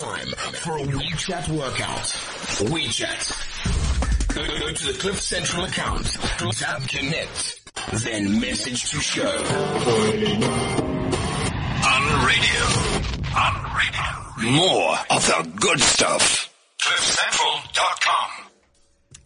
Time for a WeChat workout. WeChat. Go, go to the Cliff Central account. Tap connect. Then message to show. On radio. On radio. More of the good stuff. CliffCentral.com.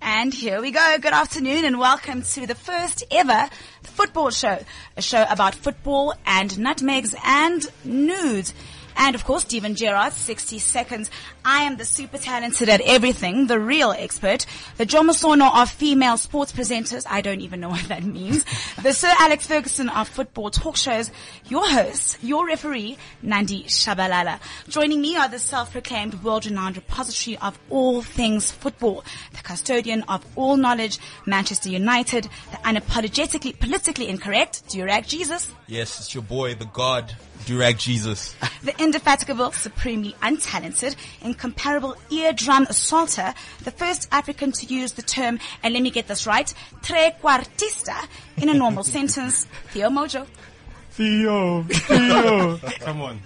And here we go. Good afternoon and welcome to the first ever football show. A show about football and nutmegs and nudes. And of course, Stephen Gerrard, 60 seconds. I am the super talented at everything, the real expert, the Jomasono of female sports presenters. I don't even know what that means. The Sir Alex Ferguson of football talk shows. Your host, your referee, Nandi Shabalala. Joining me are the self-proclaimed world-renowned repository of all things football, the custodian of all knowledge, Manchester United, the unapologetically politically incorrect, Durag Jesus, Yes, it's your boy, the God, Durag Jesus. the indefatigable, supremely untalented, incomparable eardrum assaulter, the first African to use the term, and let me get this right, trequartista in a normal sentence, Theo Mojo. Theo, Theo. Come on.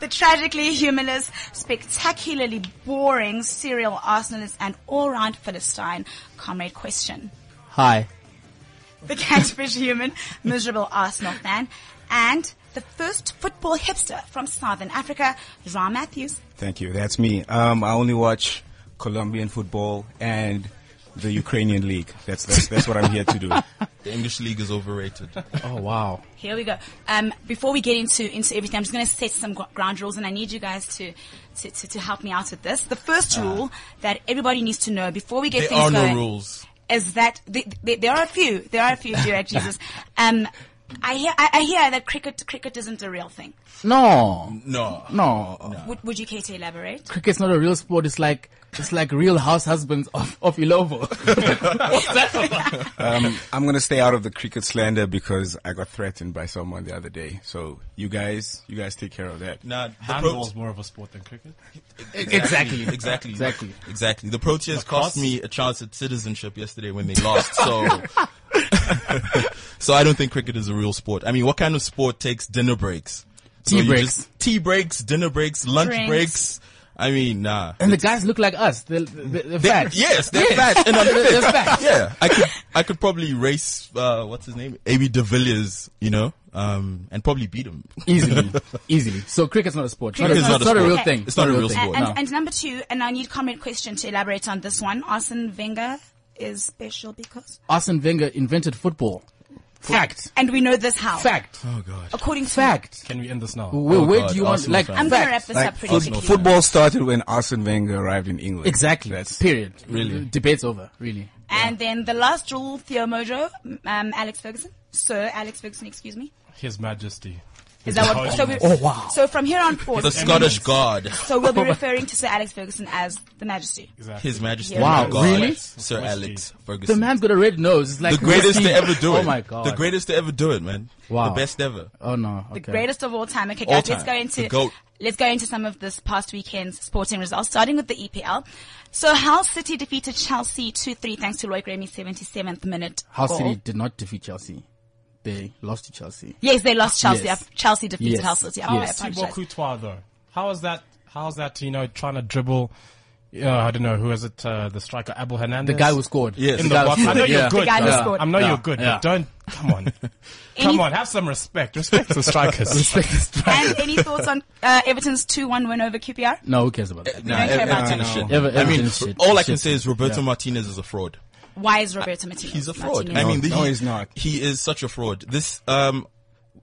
The tragically humorless, spectacularly boring serial Arsenalist and all-round Philistine, Comrade Question. Hi. the catfish human, miserable Arsenal fan, and the first football hipster from Southern Africa, Ra Matthews. Thank you. That's me. Um, I only watch Colombian football and the Ukrainian league. That's that's, that's what I'm here to do. The English league is overrated. Oh wow. Here we go. Um, before we get into into everything, I'm just going to set some gr- ground rules, and I need you guys to to, to to help me out with this. The first rule that everybody needs to know before we get things Uh. There are no going rules. is that th th there are a few. There are a few. Dear Jesus, um, I hear I, I hear that cricket cricket isn't a real thing. No. No. No. Would Would you care to elaborate? Cricket's not a real sport. It's like it's like real house husbands of of Ilovo. Um, I'm gonna stay out of the cricket slander because I got threatened by someone the other day. So you guys, you guys take care of that. Nah, the Handball is more of a sport than cricket. exactly. Exactly. Exactly. Exactly. The Proteas cost me a chance at citizenship yesterday when they lost, so. so I don't think cricket is a real sport. I mean, what kind of sport takes dinner breaks? So Tea you breaks. just- Tea breaks, dinner breaks, lunch Drinks. breaks. I mean, nah. And the guys look like us. They're, they're, they're fat. Yes, they're fat and They're, unfit. they're fat. yeah, I could I could probably race uh, what's his name, AB de Villiers, you know, um, and probably beat him. Easily. Easily. So cricket's not a sport. Cricket's it's not a not a sport. real Okay. thing. It's not a real thing. And, sport. and, No. and number two, and I need comment question to elaborate on this one. Arsene Wenger is special because, Arsene Wenger invented football. Fact. and we know this how. Fact. Oh God, According to Fact. Can we end this now? Where, where Oh, God, do you want Arsenal like fans. I'm going to fact. wrap this up pretty Fut- quickly. football started when Arsene Wenger arrived in England. Exactly. That's Period. Really? Debate's over. Really. And then the last rule, Theo Mojo, um, Alex Ferguson, Sir Alex Ferguson, excuse me. His Majesty. Is that what? So, we, His Highness. Oh, wow. so from here on forth, the Scottish God, so we'll be referring to Sir Alex Ferguson as the Majesty. Exactly. His Majesty, Wow, the God, really? Sir Alex Ferguson, The man's got a red nose. It's like the greatest to ever do it. Oh my god. the greatest to ever do it, man. Wow. the best ever. Oh no. Okay. The greatest of all time. Okay, All guys, let's go time. The into GOAT. let's go into some of this past weekend's sporting results, starting with the EPL. So, Hull City defeated Chelsea two three thanks to Roy Grammy's seventy seventh minute Hull goal. City did not defeat Chelsea. They lost to Chelsea. Yes, they lost Chelsea. Yes. Chelsea defeated Yes. Hull City. Oh, I yes. Thibaut apologize. Courtois though. How is that? How's that? You know, trying to dribble. Uh, I don't know who is it. Uh, the striker Abel Hernandez. The guy who scored. Yes. in the the, guy who box. I scored. know Yeah. you're good. The guy who though. scored. I know Yeah. you're good, Yeah. but don't. Come on. Any- come on. Have some respect. Respect the strikers. And any thoughts on uh, Everton's 2-1 win over QPR? No, who cares about that? Nah, don't care ev- about everything that. is shit. Ever- I mean, everything's shit. all I can Shit. say is Roberto Martinez is a fraud. Why is Roberto Martinez? He's a fraud. Martinez- I mean, No, the- no, he- he's not. He is such a fraud. This um,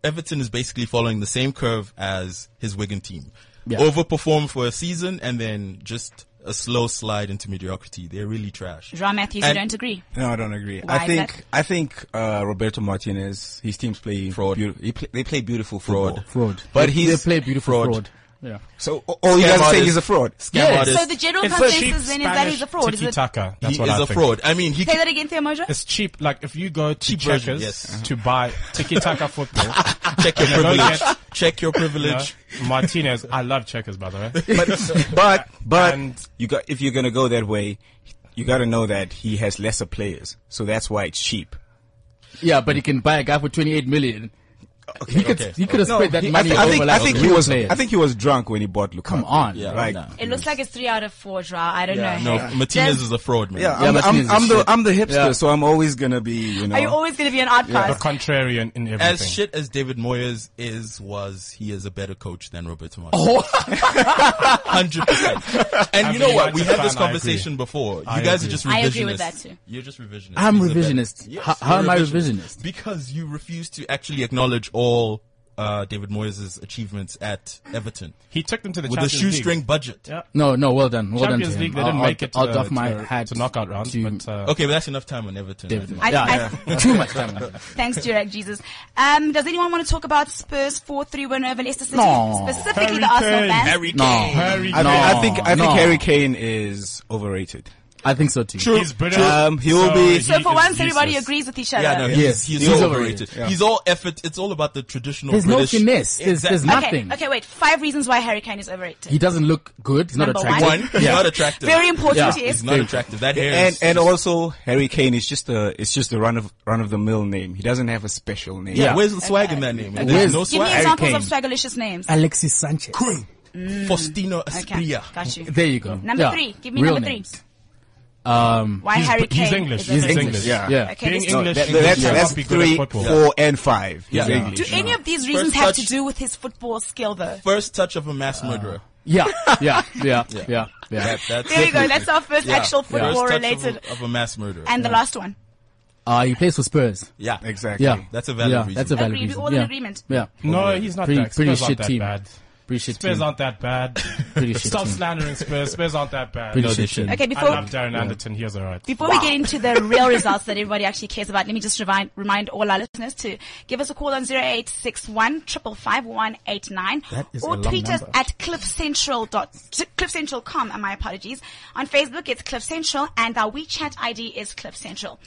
Everton is basically following the same curve as his Wigan team. Yeah. Overperform for a season and then just a slow slide into mediocrity. They're really trash. Ra Matthews, you And- don't agree? No, I don't agree. Why I is think that? I think uh, Roberto Martinez, his teams play Fraud. beau- he play, they play beautiful Fraud. football. Fraud. But They- he's- they play beautiful fraud. fraud. Yeah. So a- all you guys are saying he's a fraud. Scam Yes. artist. So the general It's cheap consensus then is that Spanish he's a fraud. Is it? Say tiki-taka. That's he what is I a think. fraud. I mean, he that again, Theo Mojo. It's cheap. Like if you go to Cheap Checkers version, yes. Uh-huh. to buy tiki taka football, check your No, no, privilege. yes. check your you know, privilege. Martinez. I love Checkers, by the way. but but but And- you got if you're gonna go that way, you got to know that he has lesser players, so that's why it's cheap. Yeah, but he can buy a guy for 28 million. he could okay. he could have No, spread that he- I, money thi- I over think, like I think a he real was. player. I think he was drunk when he bought Lukaku. Come on. Yeah, like nah. It looks like it's three out of four, Joao. I don't Yeah. know. No, hey. Martinez Does- is a fraud, man. yeah, Yeah, I'm, but he's I'm, a I'm the shit. I'm the hipster, Yeah. so I'm always gonna be you know. Are you always going to be an outcast? The contrarian in everything. As shit as David Moyes is, was he is a better coach than Roberto Martinez. Oh. Hundred percent. And As you a know what? We had United fan, this I agree. conversation before. You I guys are agree. just revisionist. I agree with that too. You're just revisionist. I'm He's a better- revisionist. How- how you're am I revisionist? Because you refuse to actually acknowledge all uh, David Moyes' achievements at Everton he took them to the with a Champions League. shoestring budget. Yeah. no, no, well done, well done Champions to him. League, they didn't I'll, make it to, I'll the, doff my to, hat to knockout rounds, to but uh, Okay, but that's enough time on Everton. David Moyes. I- yeah, yeah. too much time. Thanks, Durag Jesus. Um, does anyone want to talk about Spurs 4-3 win over Leicester City? No. Specifically the Harry Arsenal Kane. fans. Harry No, Kane. Harry I, Kane. think, I think I think No. Harry Kane is overrated. I think so too. He's British. Um, he will so be- So he for is once, everybody useless. agrees with each other. Yeah, no, he's, Yes, he's, he's all overrated. overrated. He's all effort. It's all about the traditional There's no British. finesse. There's, there's Exactly. nothing. Okay, okay, wait. Five reasons why Harry Kane is overrated. He doesn't look good. He's not Number attractive. One, he's Yeah. not attractive. Very important, Yeah. yes. He's not attractive. That hair And is and just- also Harry Kane is just a it's just a run of run of the mill name. He doesn't have a special name. yeah, Yeah. Where's the swag in that name? There's Where's- no Give me swag. examples Kane. of swagalicious names. Alexis Sanchez. Faustino Okay, Espria. got you. There you go. Number Yeah. three. Give me Real number three. names. Um, Why He's Harry Br- he's Kane? English. is He's overrated. English. Yeah. yeah. Okay, Being this- English, That- he that's should that's not be good three, at football. four, and five. He's Yeah. Yeah. English. Do any of these reasons First have to touch- do with his football skill, though? First touch of a mass murderer. Yeah, yeah, yeah, yeah, yeah. That, that's There we go. definitely- That's our first Yeah. actual First touch of a- football-related. of, a mass murderer. And the last one. Uh, he plays for Spurs. yeah, Exactly. Yeah, That's a valid yeah, reason. That's a valid Agreed. reason. We're all in yeah. agreement. Yeah, No, he's not Pretty- that. pretty Spurs aren't shit that team. bad. pretty shit Spurs team. aren't that bad. Pretty shit Stop team. slandering Spurs. Spurs aren't that bad. Pretty No, they shit team. shouldn't. Okay, I before love Darren Anderton. He was alright. Before we get into the real results that everybody actually cares about, let me just remind, remind all our listeners to give us a call on 0861 That is or a long tweet us number. at cliffcentral. dot- cliffcentral.com, and my apologies. On Facebook, it's Cliff Central, and our WeChat ID is Cliff Central.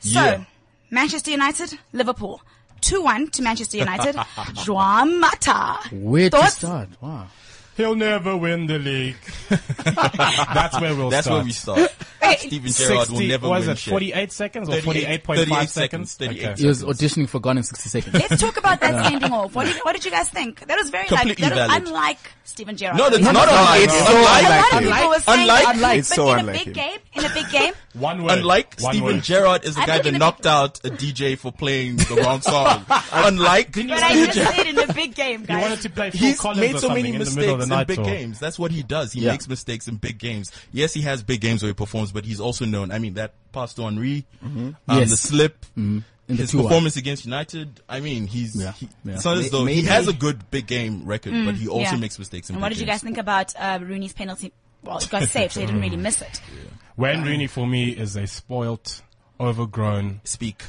So, Yeah. Manchester United, Liverpool. 2-1 to Manchester United. Joao Mata. Where to Thoughts? start? Wow. He'll never win the league. That's where we'll That's start. where we start. Wait, Steven Gerrard will 60 never what is win it, shit. 48 seconds or 38, 48.5 seconds, seconds? 38 Okay. He was auditioning for Gone in 60 seconds. Let's talk about that sending off. What did, what did you guys think? That was very like, Completely that was valid. unlike Steven Gerrard. No, that's not unlike. it's A lot so of unlike people him. were saying Unlike- that, Unlike- It's but so in unlike a big him. game, in a big game, One word. Unlike One Steven word. Gerrard is the I'm guy not that gonna- knocked out a DJ for playing the wrong song. Unlike but I just said in a big game, He wanted guys. to play Phil He's Collins made or so something many in the middle of mistakes the in, night. big or- games. That's what he does. He Yeah. makes mistakes in big games. Yes, he has big games where he performs, but he's also known. I mean, that pass to Henri, um, Yes. the slip, In the his 2-1. performance against United. I mean, he's Yeah. he, Yeah. it's not as May- though he maybe- has a good big game record, but he also Mm, yeah. makes mistakes in And big what did you guys games. think about uh, Rooney's penalty? Well, it got saved, so he didn't really miss it. Wayne Rooney for me is a spoilt, overgrown Speak.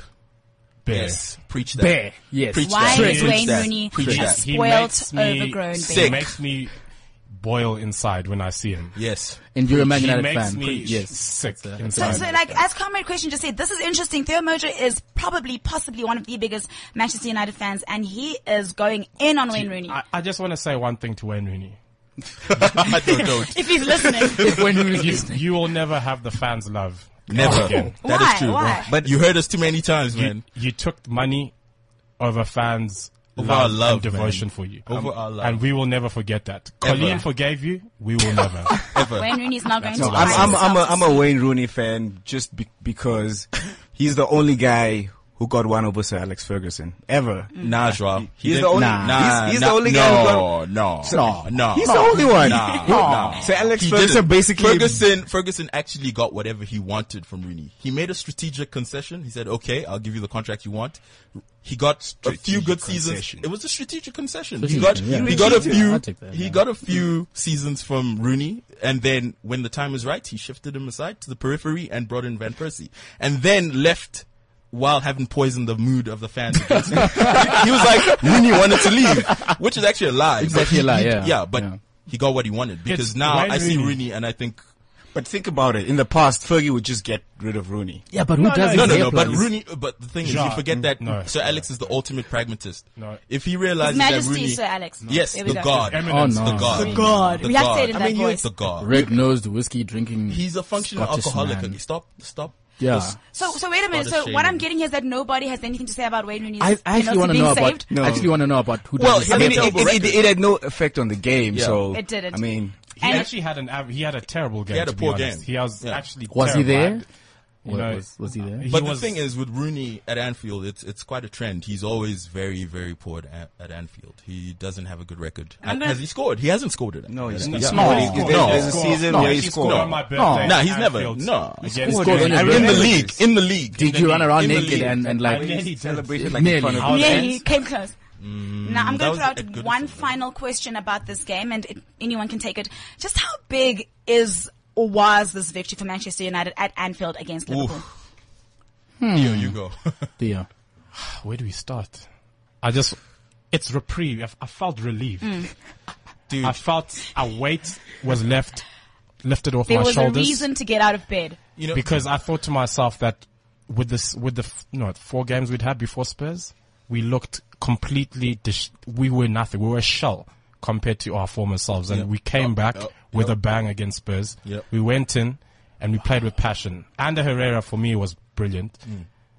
bear. Yes. Preach that. Bear. Yes. Preach Why that. is Preach Wayne that. Rooney Preach a that. sp- He Spoilt, makes me overgrown bear. He makes me boil inside when I see him. Yes. And you're a Man He United makes fan. me Preach. Yes. sick So, inside. so like, as Comrade Question just said, this is interesting. Theo Mojo is probably, possibly one of the biggest Manchester United fans, and he is going in on Wayne Rooney. I, I just want to say one thing to Wayne Rooney. I don't know. If he's listening. when we were You, listening. you will never have the fans' love. Never. Again. That Why? is true. Why? But you heard us too many times, man. You, you took money over fans' Over our love, love, and devotion man. for you. Over our love. And we will never forget that. Ever. Colleen forgave you. We will never. Ever. Wayne Rooney's not going to. No, I'm, I'm, find I'm, a, I'm himself. a Wayne Rooney fan just be- because he's the only guy who got one over Sir Alex Ferguson ever. Nah, Joao. He Mm. He's the didn't- only- Nah, he's- he's nah, the only no, guy who No, no, No. no. He's the only one. Nah, Who- nah. Sir Alex He Ferguson didn't- basically Ferguson Ferguson actually got whatever he wanted from Rooney. He made a strategic concession. He said, "Okay, I'll give you the contract you want." He got a few good seasons. concession. It was a strategic concession. He Strategic, got yeah. he got a Yeah, few I'll take that, he yeah. got a few seasons from Rooney, and then when the time was right, he shifted him aside to the periphery and brought in Van Persie, and then left. While having poisoned the mood of the fans, against him. he was like Rooney wanted to leave, which is actually a lie. It's but actually he- a lie, he- yeah. yeah, but Yeah. he got what he wanted because It's now Wayne I see Rooney. Rooney and I think But think about it. In the past, Fergie would just get rid of Rooney. Yeah, but who does no, his no, hair no. But plugs? Rooney, but the thing is, you Ja, forget that no. Sir Alex is the ultimate pragmatist. No. If he realizes His Majesty, that Rooney, Sir Alex. yes, There we the go. God, the Eminence. Oh, no. God, The God. the We have to say it in I that mean, you- voice. the God. Red nosed whiskey drinking. He's a functional Scottish alcoholic. man. Stop, stop Yeah. So, so wait a minute. What a So what shame. I'm getting here is that nobody has anything to say about Wayne Rooney. I, I actually want to know about. No. I actually want to know about who Well, does I I it. mean, it, mean, terrible it- it- record. it had no effect on the game, Yeah. so It didn't. I mean, He And- actually had an av- he had a terrible game. had a to be poor game. honest. He was Yeah. actually Was he there? terrible. You know, was, was he there? he But was- the thing is, with Rooney at Anfield, it's it's quite a trend. He's always very, very poor at, An- at Anfield. He doesn't have a good record. I'm gonna- Has he scored? He hasn't scored it. no, he's Yeah. not. Yeah. No. There's, No. there's a Scored. season No, where he he scored. scored on my birthday. No. No, at he's never- Anfield no. He against- scored on his I birthday. In remember the this. league, in the league. Did you run around in the naked league. and, and I like nearly did. Celebrated like in front Nearly. of I was Yeah, there. he came close. now I'm going that to was throw at out Goodison, one wasn't it? final question about this game, and it, anyone can take it. Just how big is or was this victory for Manchester United at Anfield against Liverpool? Here you go. Yeah. Where do we start? I just, it's reprieve. I, f- I felt relieved. Mm. Dude. I felt a weight was left, lifted off There my was shoulders. a reason to get out of bed. You know, because I thought to myself that with this, with the f- you know four games we'd had before Spurs, we looked completely. Dish- we were nothing. We were a shell compared to our former selves, and Yep. we came back yep, with yep. a bang against Spurs. Yep. We went in and we played with passion. Ander Herrera for me was brilliant.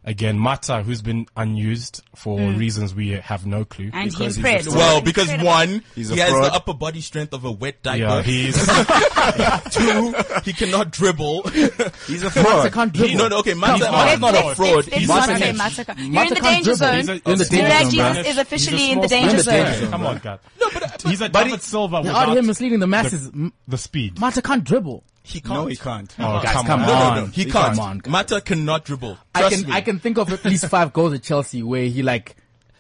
Again, Mata, who's been unused for reasons we have no clue. And Because he's he impressed. well, because one, He's a he has fraud. the upper body strength of a wet diaper. yeah, he's Two, he cannot dribble. He's a fraud. Can't He- no, no, okay, Mata's He's not, not. a fraud. Let's, let's He's not an say edge. massacre. You're Mata in the can't dribble. danger zone. He's a- In the small danger man. zone, bro. Jesus is officially He's a in the small danger man. zone. Come on, God. but- he's a but he- David Silva You're out without here misleading the masses. M- the, the speed. Mata can't dribble. He can't. No, he can't. Oh, Guys, come come on. No, no, on. no, he Come can't. on, guys. Mata cannot dribble. I Trust can me. I can think of at least five goals at Chelsea where he like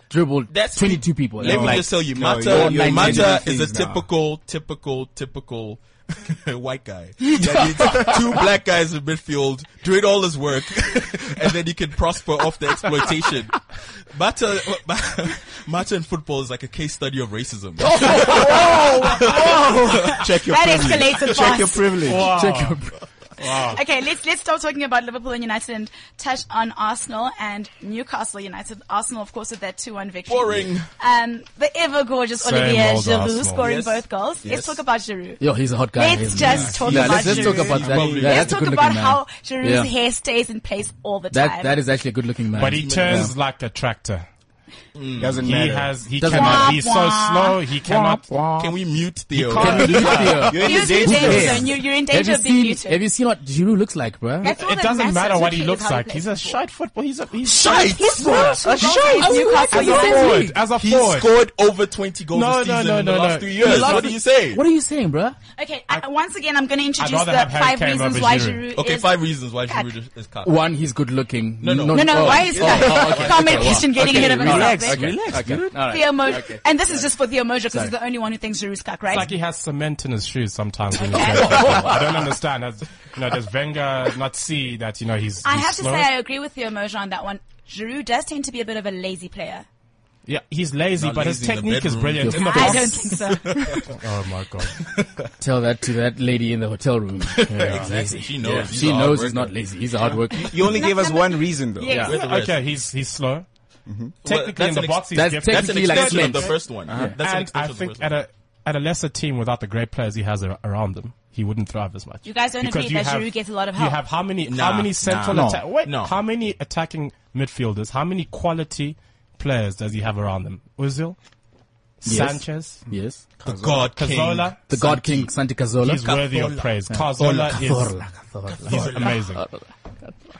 dribbled That's- 22 people. Let me Like, just tell you, No, Mata, you're- you're Mata imagining is a things now. typical, typical, typical white guy. That needs two black guys in midfield doing all his work, and then he can prosper off the exploitation. Mata, Mata in football is like a case study of racism. Oh, Check your That privilege. escalated Check your fast. privilege. check your Okay, let's let's stop talking about Liverpool and United and touch on Arsenal and Newcastle United. Arsenal, of course, with that two-one victory. Boring. Um, the ever gorgeous Same Olivier old Giroud Arsenal. scoring Yes. both goals. Yes. Let's talk about Giroud. Yo, he's a hot guy. Let's isn't he? just talk Yeah, about let's, let's talk Giroud. about that. Probably. Yeah, Let's that's a talk good about looking how man. Giroud's Yeah. hair stays in place all the time. That that is actually a good looking man. But he turns like a tractor. Doesn't He matter. has, he Doesn't cannot, matter. he's so slow, he cannot. Can we mute Theo? Can we do it here? You're in You're in the the danger danger zone. zone. You're, you're in Have danger you of being seen? Have muted. you seen what Giroud looks like, bro? That's all It that doesn't matters. matter Look what he at looks how like. He's a shite football. He's a he's Shite! plays. Shite! Shite! I mean, Newcastle as a United. forward. forward. As a He forward. scored over 20 goals No, a no, season no, in the no, last no. three years. What do you say? What are you saying, bro? Okay, I, once again, I'm going to introduce rather the have Harry five Kane reasons over why Giroud. Giroud Okay, is. five reasons why Giroud is- is cut. One, he's good looking. No, no, No, no, oh, why is oh, that? oh, okay, Comment okay, Christian getting okay, ahead of relax, himself. Okay, relax, dude. All right. Theo Mo- and this is just for Theo Mojo because he's the only one who thinks Giroud's cuck, right? It's like he has cement in his shoes sometimes. When he plays football. I don't understand. As, you know, does Wenger not see that you know he's? I he's have to slow? say, I agree with Theo Mojo on that one. Giroud does tend to be a bit of a lazy player. yeah, he's lazy, Not but his lazy in the technique is bedroom. brilliant. In the I box. don't think so. Oh my god! Tell that to that lady in the hotel room. Yeah. Exactly. She knows. he's She a knows hard he's not worker. lazy. He's a hard worker. You only gave us one reason, though. Yes. With the rest. Okay, he's he's slow. Well, Technically, that's in the an ex- box, he's that's gifted. That's an Technically, like extension Flint. of the first one. That's an and I extension of think the at first one. a at a lesser team without the great players he has a- around him, he wouldn't thrive as much. You guys don't Because agree you that have- Giroud gets a lot of You help? have how many Nah, how many central nah. atta- wait, No. how many attacking midfielders? How many quality players does he have around him? Ozil, Sanchez, Yes. The God King. Cazola. The God King Santi He's Cazorla. worthy of praise. Cazola is he's amazing. Uh,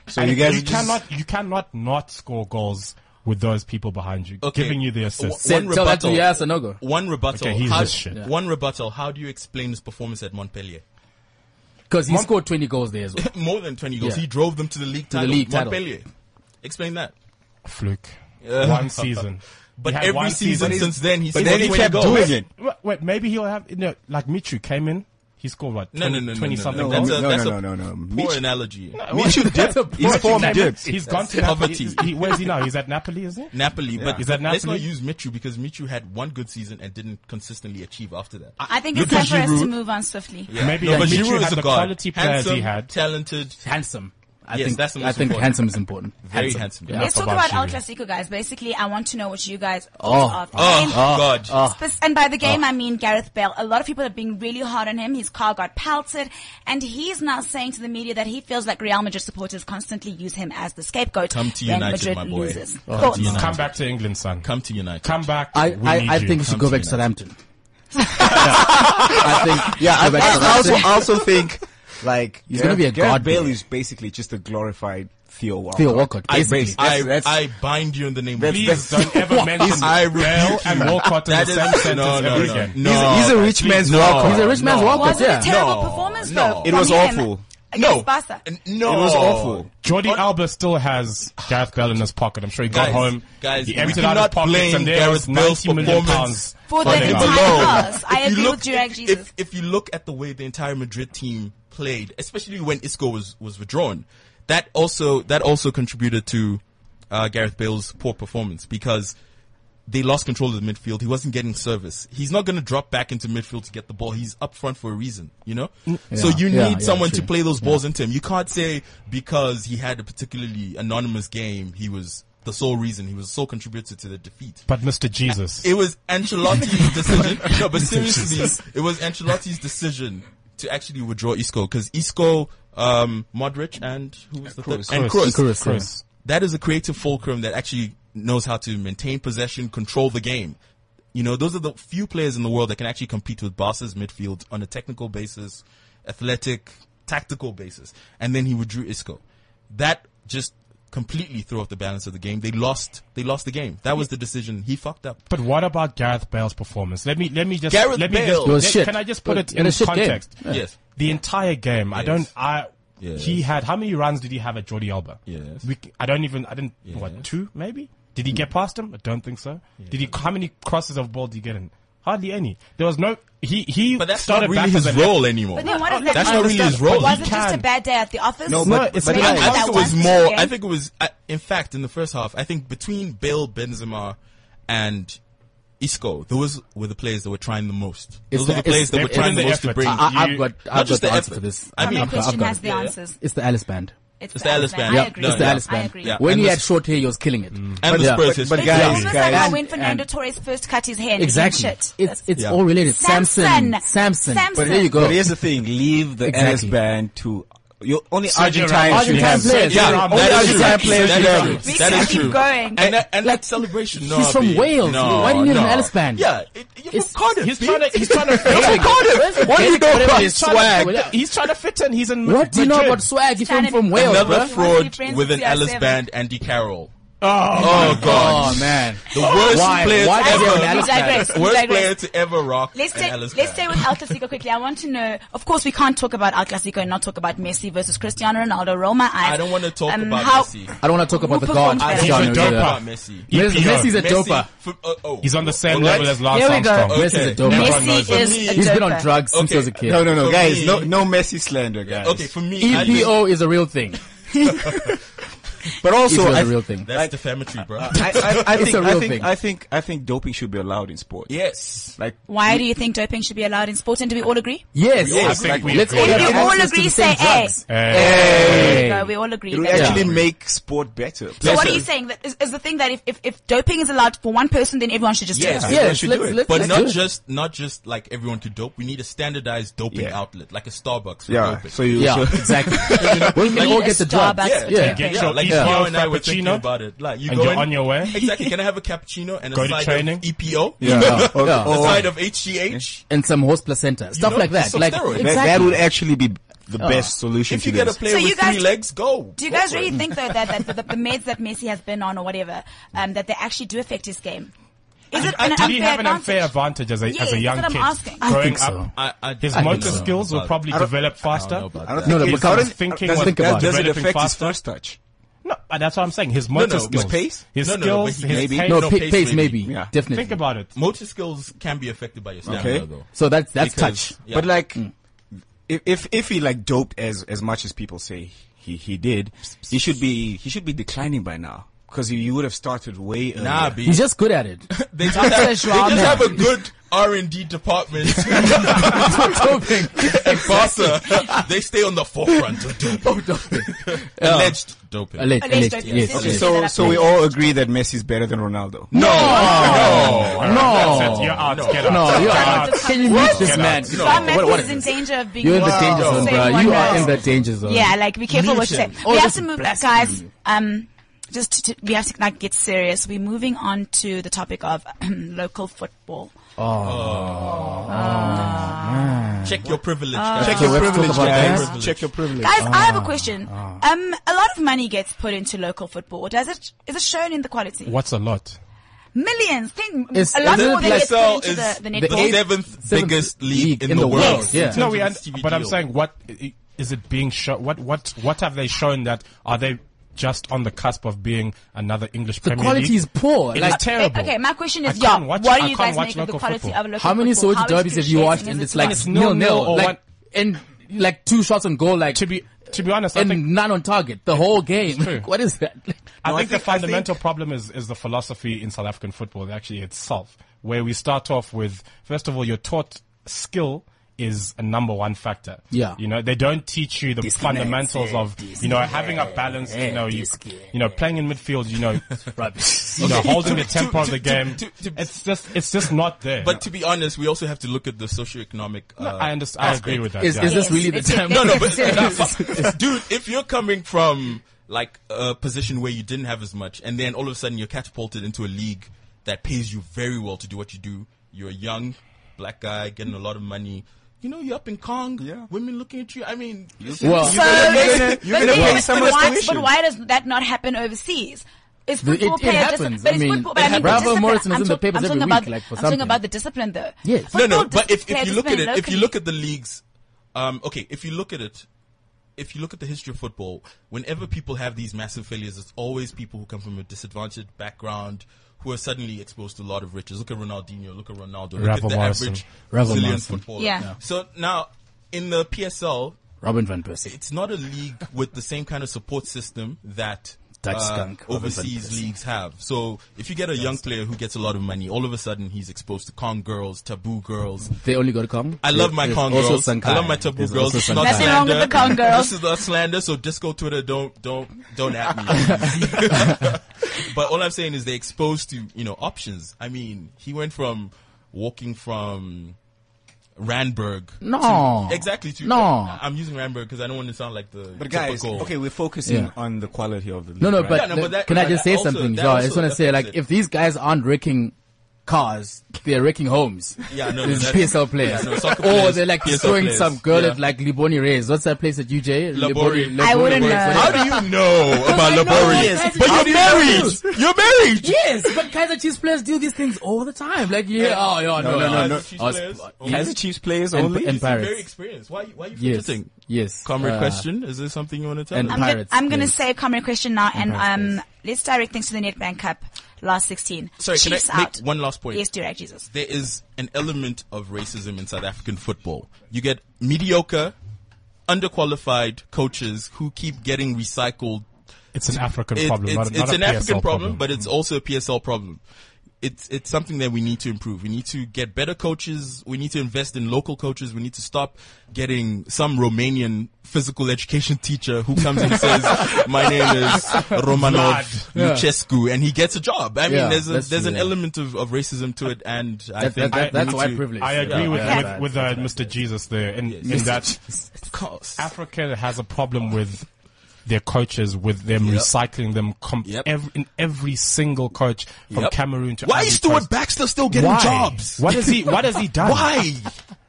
So you guys you are just- cannot you cannot not score goals with those people behind you, Okay. giving you the assists. Say- One tell that to rebuttal. yes or no go. One rebuttal. Okay, he's how, just shit. One rebuttal. How do you explain his performance at Montpellier? Because he scored 20 goals there as well. More than 20 goals. Yeah. He drove them to the league the title. league title. Montpellier. Explain that. Fluke, one season. But He had every one season since then, he's But then he kept goals. doing it. Wait, wait, maybe he'll have you know, like Michu came in. He scored what? 20, No, no, no, no, no, something. no, goals? no, No, that's no, a no, no, no. Poor Mitch- analogy. That's a He's formed dips. He's gone to Poverty. Napoli. He's- he- where's he now? He's at Napoli, is he? Napoli, but Is that let's Napoli? not use Michu because Michu had one good season and didn't consistently achieve after that. I think it's Look time at for us to Giroud. move on swiftly. Yeah. Maybe no, but Michu Giroud had is a the god. quality players he Handsome, had. talented. handsome. I Yes, think that's the I most think important. handsome is important. Very handsome. Yeah. Let's Enough talk about El about Clasico, guys. Basically, I want to know what you guys Oh, are. Oh, And- God. Spec- And by the game, I mean Gareth Bale. A lot of people are being really hard on him. His car got pelted, and he's now saying to the media that he feels like Real Madrid supporters constantly use him as the scapegoat Come to when United, Madrid my boy. loses. Come to Thoughts? United. Come back to England, son. Come, Come to United. back. I, We I, need I you. think we should go back to Southampton. I think Yeah, I, go back to I also Southampton. I also think like He's gonna be a Gareth god Bale there. is basically just a glorified Theo Walcott. Theo Walcott, I, basically. bas- I, that's- that's- I bind you in the name of Please don't ever mention I Bale rebuke and you. Walcott in the That same is- sentence no, no, ever no. again. No. he's, a, he's a rich man's Walcott. He's a rich man's Walcott, Was it a yeah. terrible No, performance, no. though? It from was him awful. Against Barca. N- No, It was awful. Jordi Alba still has Gareth Bale in his pocket. I'm sure he got Guys, home. guys, he we emptied out his cannot pockets blame and there Gareth was 90 Bale's million performance pounds. For the floating entire around. class. I If you agree look- with Durag if- Jesus. If, if you look at the way the entire Madrid team played, especially when Isco was, was withdrawn, that also that also contributed to uh, Gareth Bale's poor performance because they lost control of the midfield. He wasn't getting service. He's not going to drop back into midfield to get the ball. He's up front for a reason, you know? so you Mm, yeah, need yeah, someone true. to play those balls into him. You can't say because he had a particularly anonymous game, he was the sole reason. He was the sole contributor to the defeat. But Mr. Jesus. It was Ancelotti's decision. No, but seriously, it was Ancelotti's decision to actually withdraw Isco because Isco, um, Modric, and who was the third? And Kroos. Kroos. Kroos. That is a creative fulcrum that actually knows how to maintain possession, control the game. You know, those are the few players in the world that can actually compete with Barca's midfield on a technical basis, athletic, tactical basis. And then he withdrew Isco. That just completely threw off the balance of the game. They lost. They lost the game. That was the decision. He fucked up. But what about Gareth Bale's performance? Let me let me just Gareth let me Bale. just, It was let- shit. can I just put it It in was a shit game. context? Yes. The entire game, I don't I Yes. he had how many runs did he have at Jordi Alba? Yes. We, c- I don't even I didn't what two maybe? Did he get past him? I don't think so. Did he how many crosses of ball did he get in? Hardly any. There was no he he But that's started not really back his as a role anymore. But then what does that That's mean? not really his role. Was He it just a can. bad day at the office? No, but- it's but not. I- I, Maybe I think that it was one more. game. I think it was. I, in fact, in the first half, I think between Bale, Benzema, and Isco, those were the players that were trying the most. It's Those the- were the it's- players that were it's trying the the most to effort. bring. I- I, I've You- got I've got just the the answer effort. for this. I I've mean, got- My I've question got has it. the answers. It's the Alice band. It's the Alice Band. band. I Yeah, agree. no, It's the yeah, Alice I band. agree. Yeah. When And he the- had short hair, he was killing it. And the yeah. Spurs history. but guys, It's almost guys, like how and- when Fernando and- Torres first cut his hair and Exactly. he shit. It's it's Yeah. all related. Samson. Samson. Samson. Samson. But there you go. But here's the thing: leave the Exactly. NS band to your only Sergio Argentine Ramos. should Argentine have. players. Yeah, Sergio only Ramos. that is Argentine true. players should That have. is We true. That can is keep true. going. And that, and that celebration. No, he's from babe. Wales. No, Why do you need an no. Alice band? Yeah, it, you're It's- from Cardiff. He's babe. trying to he's trying to fit Where's in. the Cardiff? What do you know about He's trying to- swag? He's trying to fit in. He's in What do you know Madrid. about swag? He's from, Trying to- from Wales, Another bruh. Must be fraud friends with with an Alice CR7. band, Andy Carroll. Oh, Oh God, Oh man. the worst Why? player Why to is he ever. on Alice We digress. We Worst digress. player to ever rock Let's an stay, Alice let's band. stay with El Clasico quickly. I want to know, of course, we can't talk about El Clasico and not talk about Messi versus Cristiano Ronaldo. Roll my eyes. I don't want to talk Um, about how- Messi. I don't want to talk about the performed god. better? He's Cristiano a doper. Ronaldo. Messi. Messi- EPO. Messi's a Messi doper. for- oh, oh. He's on the same All level right. as Lance Here we go. Armstrong. Messi's a Okay. doper. Everyone knows Messi that. is For a me- He's been on doper. drugs since he was a Okay. kid. No, no, no, For guys, me- no, no Messi slander, guys. Okay, for me, E I just- EPO is a real thing. but also, EPO is I a real thing. that's defamatory, bro. I, I, I It's think, a real I think, thing. I think, I think doping should be allowed in sport. yes. Like, Why do you think doping should be allowed in sports? And do we all agree? Yes. Yes, I think we Let's agree. all If have you access all to the agree, same say drugs. There you Hey. go. We all agree. it would There you go. actually make sport better. So what are you saying? That is, is the thing that if, if, if doping is allowed for one person, then everyone should just Yes. do it. Everyone Yes. should Let's do it. let's But let's not do it. just not just like everyone to dope. We need a standardized doping Yeah. outlet, like a Starbucks. For Yeah, doping. so you, Yeah. so, Exactly. Well, we need all a get the drugs. Starbucks for Yeah. doping. Get yeah, your like EPO EPO and I were thinking frappuccino. about it. Like you And go you're in- on your way. Exactly. Can I have a cappuccino and a Go to side training. of EPO? yeah. Oh. Or- Yeah. or- A side of HGH. and some horse placenta, stuff Oh. know, like that. some Like steroids. that, exactly. Oh. that would actually be the best solution If you to get a this. player So you with guys- three legs, go. Do you Go guys for really it. think though that, that, that the, the meds that Messi has been on or whatever, um, that they actually do affect his game? Is it an Did he unfair have an unfair advantage? advantage as a, Yeah, as a that's young what I'm kid asking. I growing think so. up? I, I, His I don't motor know skills will about- probably develop faster. I don't No, no, think but I don't- his thinking does was it- does- does it developing affect his faster? first touch? No, uh, that's what I'm saying. His motor no, his skills, pace? his No, no, no, skills, but he- his maybe. pace. no, No, pa- pace, pace maybe, maybe. Yeah. definitely. Think about it. Motor skills can be affected by your stamina, Okay. though. so that's that's touch. Because- Mm. Yeah. But like, if, if if he like doped as as much as people say he he did, he should be he should be declining by now because you, you would have started way earlier. Nah, B. He's just good at it. They just have, they Joao just have a good R and D department at Barca, they stay on the forefront of dope. Alleged doping. Oh. Alleged, Alleged alleged, doping. yes. Okay, yes. So, so we all agree that Messi is better than Ronaldo. no, no, That's it. No, You're out. Get out. no, you Get are. out. Can you meet this Get man? out. You No. Our what- what- is in danger of being You're in the lost. danger zone, Same bro. one You now. are in the danger zone. Yeah, like be careful what you say. Newton. we Oh, have this to is move, blasphemy. guys. Um, just to, to- we have to like get serious. We're moving on to the topic of um, local football. Check your privilege. Check So your let's talk privilege, about guys. that. Check your privilege. Guys, I have a question. Ah, Um, a lot of money gets put into local football. Does it is it shown in the quality? What's a lot? Millions. Think It's- a lot isn't more it than like gets so put into is the, the the netball. the eighth- seventh seventh biggest league in the world. Yes. Yeah. in No, terms we. of un- its TV But I'm deal. saying, what i- is it being shown? What what what have they shown that are they just on the cusp of being another English The Premier quality League? is poor. It is Like, terrible. Okay, my question is, I yeah, can't watch- what I do you can't guys watch make of the local quality football. of local how many football? Soweto How derbies have you watched? excruciating And is it's it? like It's nil nil-nil nil, or like one- and like two shots on goal, like To be to be honest, I think and none on target the whole game. true. What is that? I No, I think think- the I fundamental problem is, is the philosophy in South African football actually itself, where we start off with, first of all, you're taught skill is a number one factor. Yeah. You know, they don't teach you the fundamentals of, you know, having a balance, you know, you, you know, playing in midfield, you know, you know, holding the tempo of the to- game. to- to- to- It's just, it's just not there. But to be honest, we also have to look at the socioeconomic. Uh, I understand, I agree with that. Is, yeah. is this Yes, really the it's- time? No, no, but nah, fuck. dude, if you're coming from like a position where you didn't have as much, and then all of a sudden you're catapulted into a league that pays you very well to do what you do, you're a young black guy getting a lot of money. You know, you're up in Kong. Yeah. Women looking at you. I mean, Well, So, make- you're but gonna then- pay but someone's why, tuition. but why does that not happen overseas? Is The- it- football it players just- happens. I but it's mean, football, but I it happens. mean, the Bravo discipline- Morris was I'm in the talk- papers I'm talking every about- week, like, for I'm talking something. about the discipline, though. Yes. no, Football no. But if, player if you look at discipline it, if you locally. look at the leagues, um, okay, if you look at it, if you look at the history of football, whenever people have these massive failures, it's always people who come from a disadvantaged background who are suddenly exposed to a lot of riches. Look at Ronaldinho, look at Ronaldo, look Ravel at the Morrison. average Ravel Brazilian Morrison. footballer. Yeah. Yeah. So now in the PSL, Robin van Persie. it's not a league with the same kind of support system that Dutch uh, skunk, Robin van overseas Persie. leagues have. So if you get a young player who gets a lot of money, all of a sudden he's exposed to con girls, taboo girls, They only got to come. I love my There's con also girls. Sankai. I love my taboo There's girls. also It's not Sankai. Nothing wrong with slander. the con girls. This is not slander, so disco Twitter don't don't don't at me. but all I'm saying is they're exposed to you know options. I mean, he went from walking from Randburg. No. Exactly. To, No. I'm using Randburg because I don't want to sound like the. But guys, typical- okay, we're focusing Yeah. on the quality of the league. No, no, right? but, Yeah, no, the- but that- can I but just that say also- something, that Joe? I also just want to say, affects like, it. if these guys aren't wrecking cars, they're wrecking homes. Yeah, no, no, These that- PSL players. Yeah, no, or soccer players, they're like PSL destroying players. some girl Yeah. at like Liboni Reyes. What's that place that UJ? Libori. I wouldn't uh, know. How do you know about I know laborious? what it is. But How you're married. You're married. Yes, but Kaiser Chiefs players do these things all the time. Like, yeah, oh, yeah, no, no, no. no. no. Chiefs I was- players? Kaiser Chiefs players And- only. and He's very Pirates. experienced. Why why are you Yes, fidgeting? yes. Comrade Uh, question. Is there something you want to tell? and us? I'm gonna- Pirates, I'm going to yes. say a common question now, and Pirates, um, let's direct things to the NetBank Cup last 16. Sorry, can Chiefs I make out. one last point? Yes, Durag, Jesus. there is an element of racism in South African football. You get mediocre, underqualified coaches who keep getting recycled. it's an African It- problem. it's not, a- not it's a an African PSL problem, but it's also a PSL problem. It's it's something that we need to improve. We need to get better coaches. We need to invest in local coaches. We need to stop getting some Romanian physical education teacher who comes and says, "My name is Romanov Yeah. Lucescu," and he gets a job. I Yeah, mean, there's a, that's there's an true, yeah. element of, of racism to it, and I That, think that, that, we that's need white to- privilege. I agree Yeah, with, yeah, with, that- with uh, Mr. Jesus there in, in that Of course. Africa has a problem with their coaches, with them recycling them com- Yep. ev- in every single coach from Yep. Cameroon to Why Ivory is Stuart Coast. Baxter still getting Why? jobs? What has he? What has he done? Why?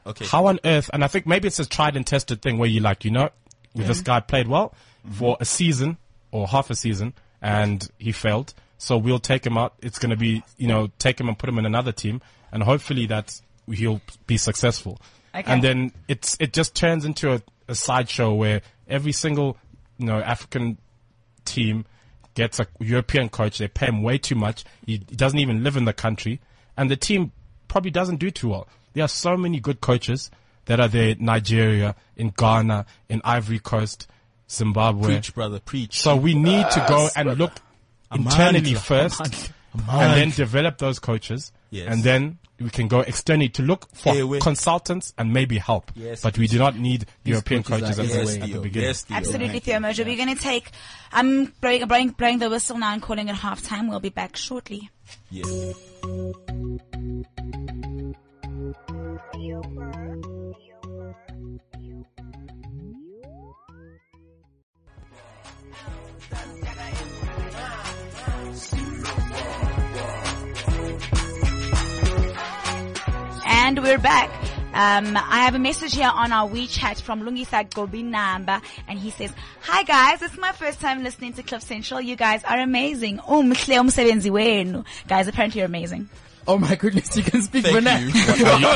Okay. How on earth? And I think maybe it's a tried and tested thing where you like, you know, this guy played well for a season or half a season, and he failed. So we'll take him out. It's going to be, you know, take him and put him in another team, and hopefully that he'll be successful. Okay. And then it's it just turns into a, a sideshow where every single, you know, African team gets a European coach. They pay him way too much. He doesn't even live in the country, and the team probably doesn't do too well. There are so many good coaches that are there in Nigeria, in Ghana, in Ivory Coast, Zimbabwe. Preach, brother, preach. So we need to go and look Amandla, internally first, Amandla, and then Amandla. develop those coaches, Yes. and then we can go externally to look for Hey, wait. consultants and maybe help. Yes, but we do not need European coaches coaches are at, Yes, Yes, the- at the Theo. beginning. Yes, Theo. Absolutely, Theo Mojo. We're going to take, I'm blowing, blowing, blowing the whistle now and calling it halftime. We'll be back shortly. Yes. And we're back. Um, I have a message here on our WeChat from Lungisa Gobinamba, and he says, "Hi guys, it's my first time listening to Cliff Central. You guys are amazing. Oh, mhle umsebenzi wenu. Guys, apparently you're amazing. Oh my goodness, you can speak Oh Thank vernacular. you.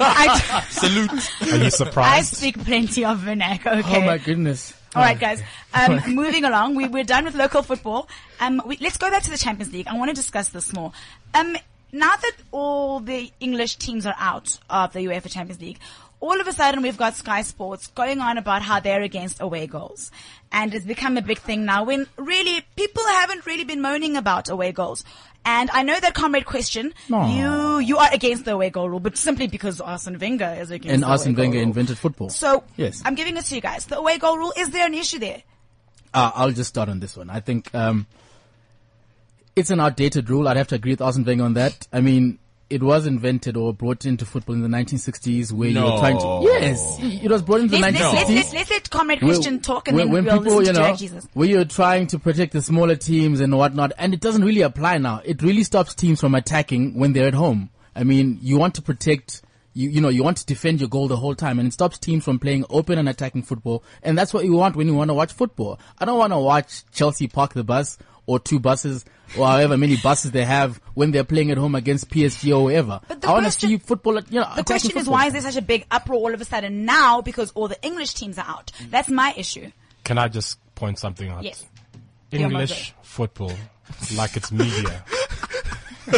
I, Salute. Are you I surprised? speak plenty of vernac. Okay. Oh my goodness. Uh, All right, guys. Um, moving along, we, we're done with local football. Um, we, let's go back to the Champions League. I want to discuss this more. Um, now that all the English teams are out of the UEFA Champions League, all of a sudden we've got Sky Sports going on about how they're against away goals. And it's become a big thing now when really people haven't really been moaning about away goals. And I know that comrade question, you, you are against the away goal rule, but simply because Arsene Wenger is against And the away Arsene goal Wenger rule. invented football. So Yes. I'm giving it to you guys. The away goal rule, is there an issue there? Uh, I'll just start on this one. I think um, it's an outdated rule. I'd have to agree with Arsene Wenger on that. I mean, it was invented or brought into football in the 1960s where you No. were trying to. Yes, it was brought into the Let's, 1960s. let's, let's, let's, let's let Comrade Where- Christian talk and where- then when we'll people, you listen to know, Jack Jesus. where you're trying to protect the smaller teams and whatnot, and it doesn't really apply now. It really stops teams from attacking when they're at home. I mean, you want to protect, you you know, you want to defend your goal the whole time, and it stops teams from playing open and attacking football. And that's what you want when you want to watch football. I don't want to watch Chelsea park the bus or two buses or however many buses they have when they're playing at home against PSG or whoever. But the I want to question- see football. at- You know, The attacking question is football. why is there such a big uproar all of a sudden now because all the English teams are out? That's my issue. Can I just point something out? Yes. English football, like its media,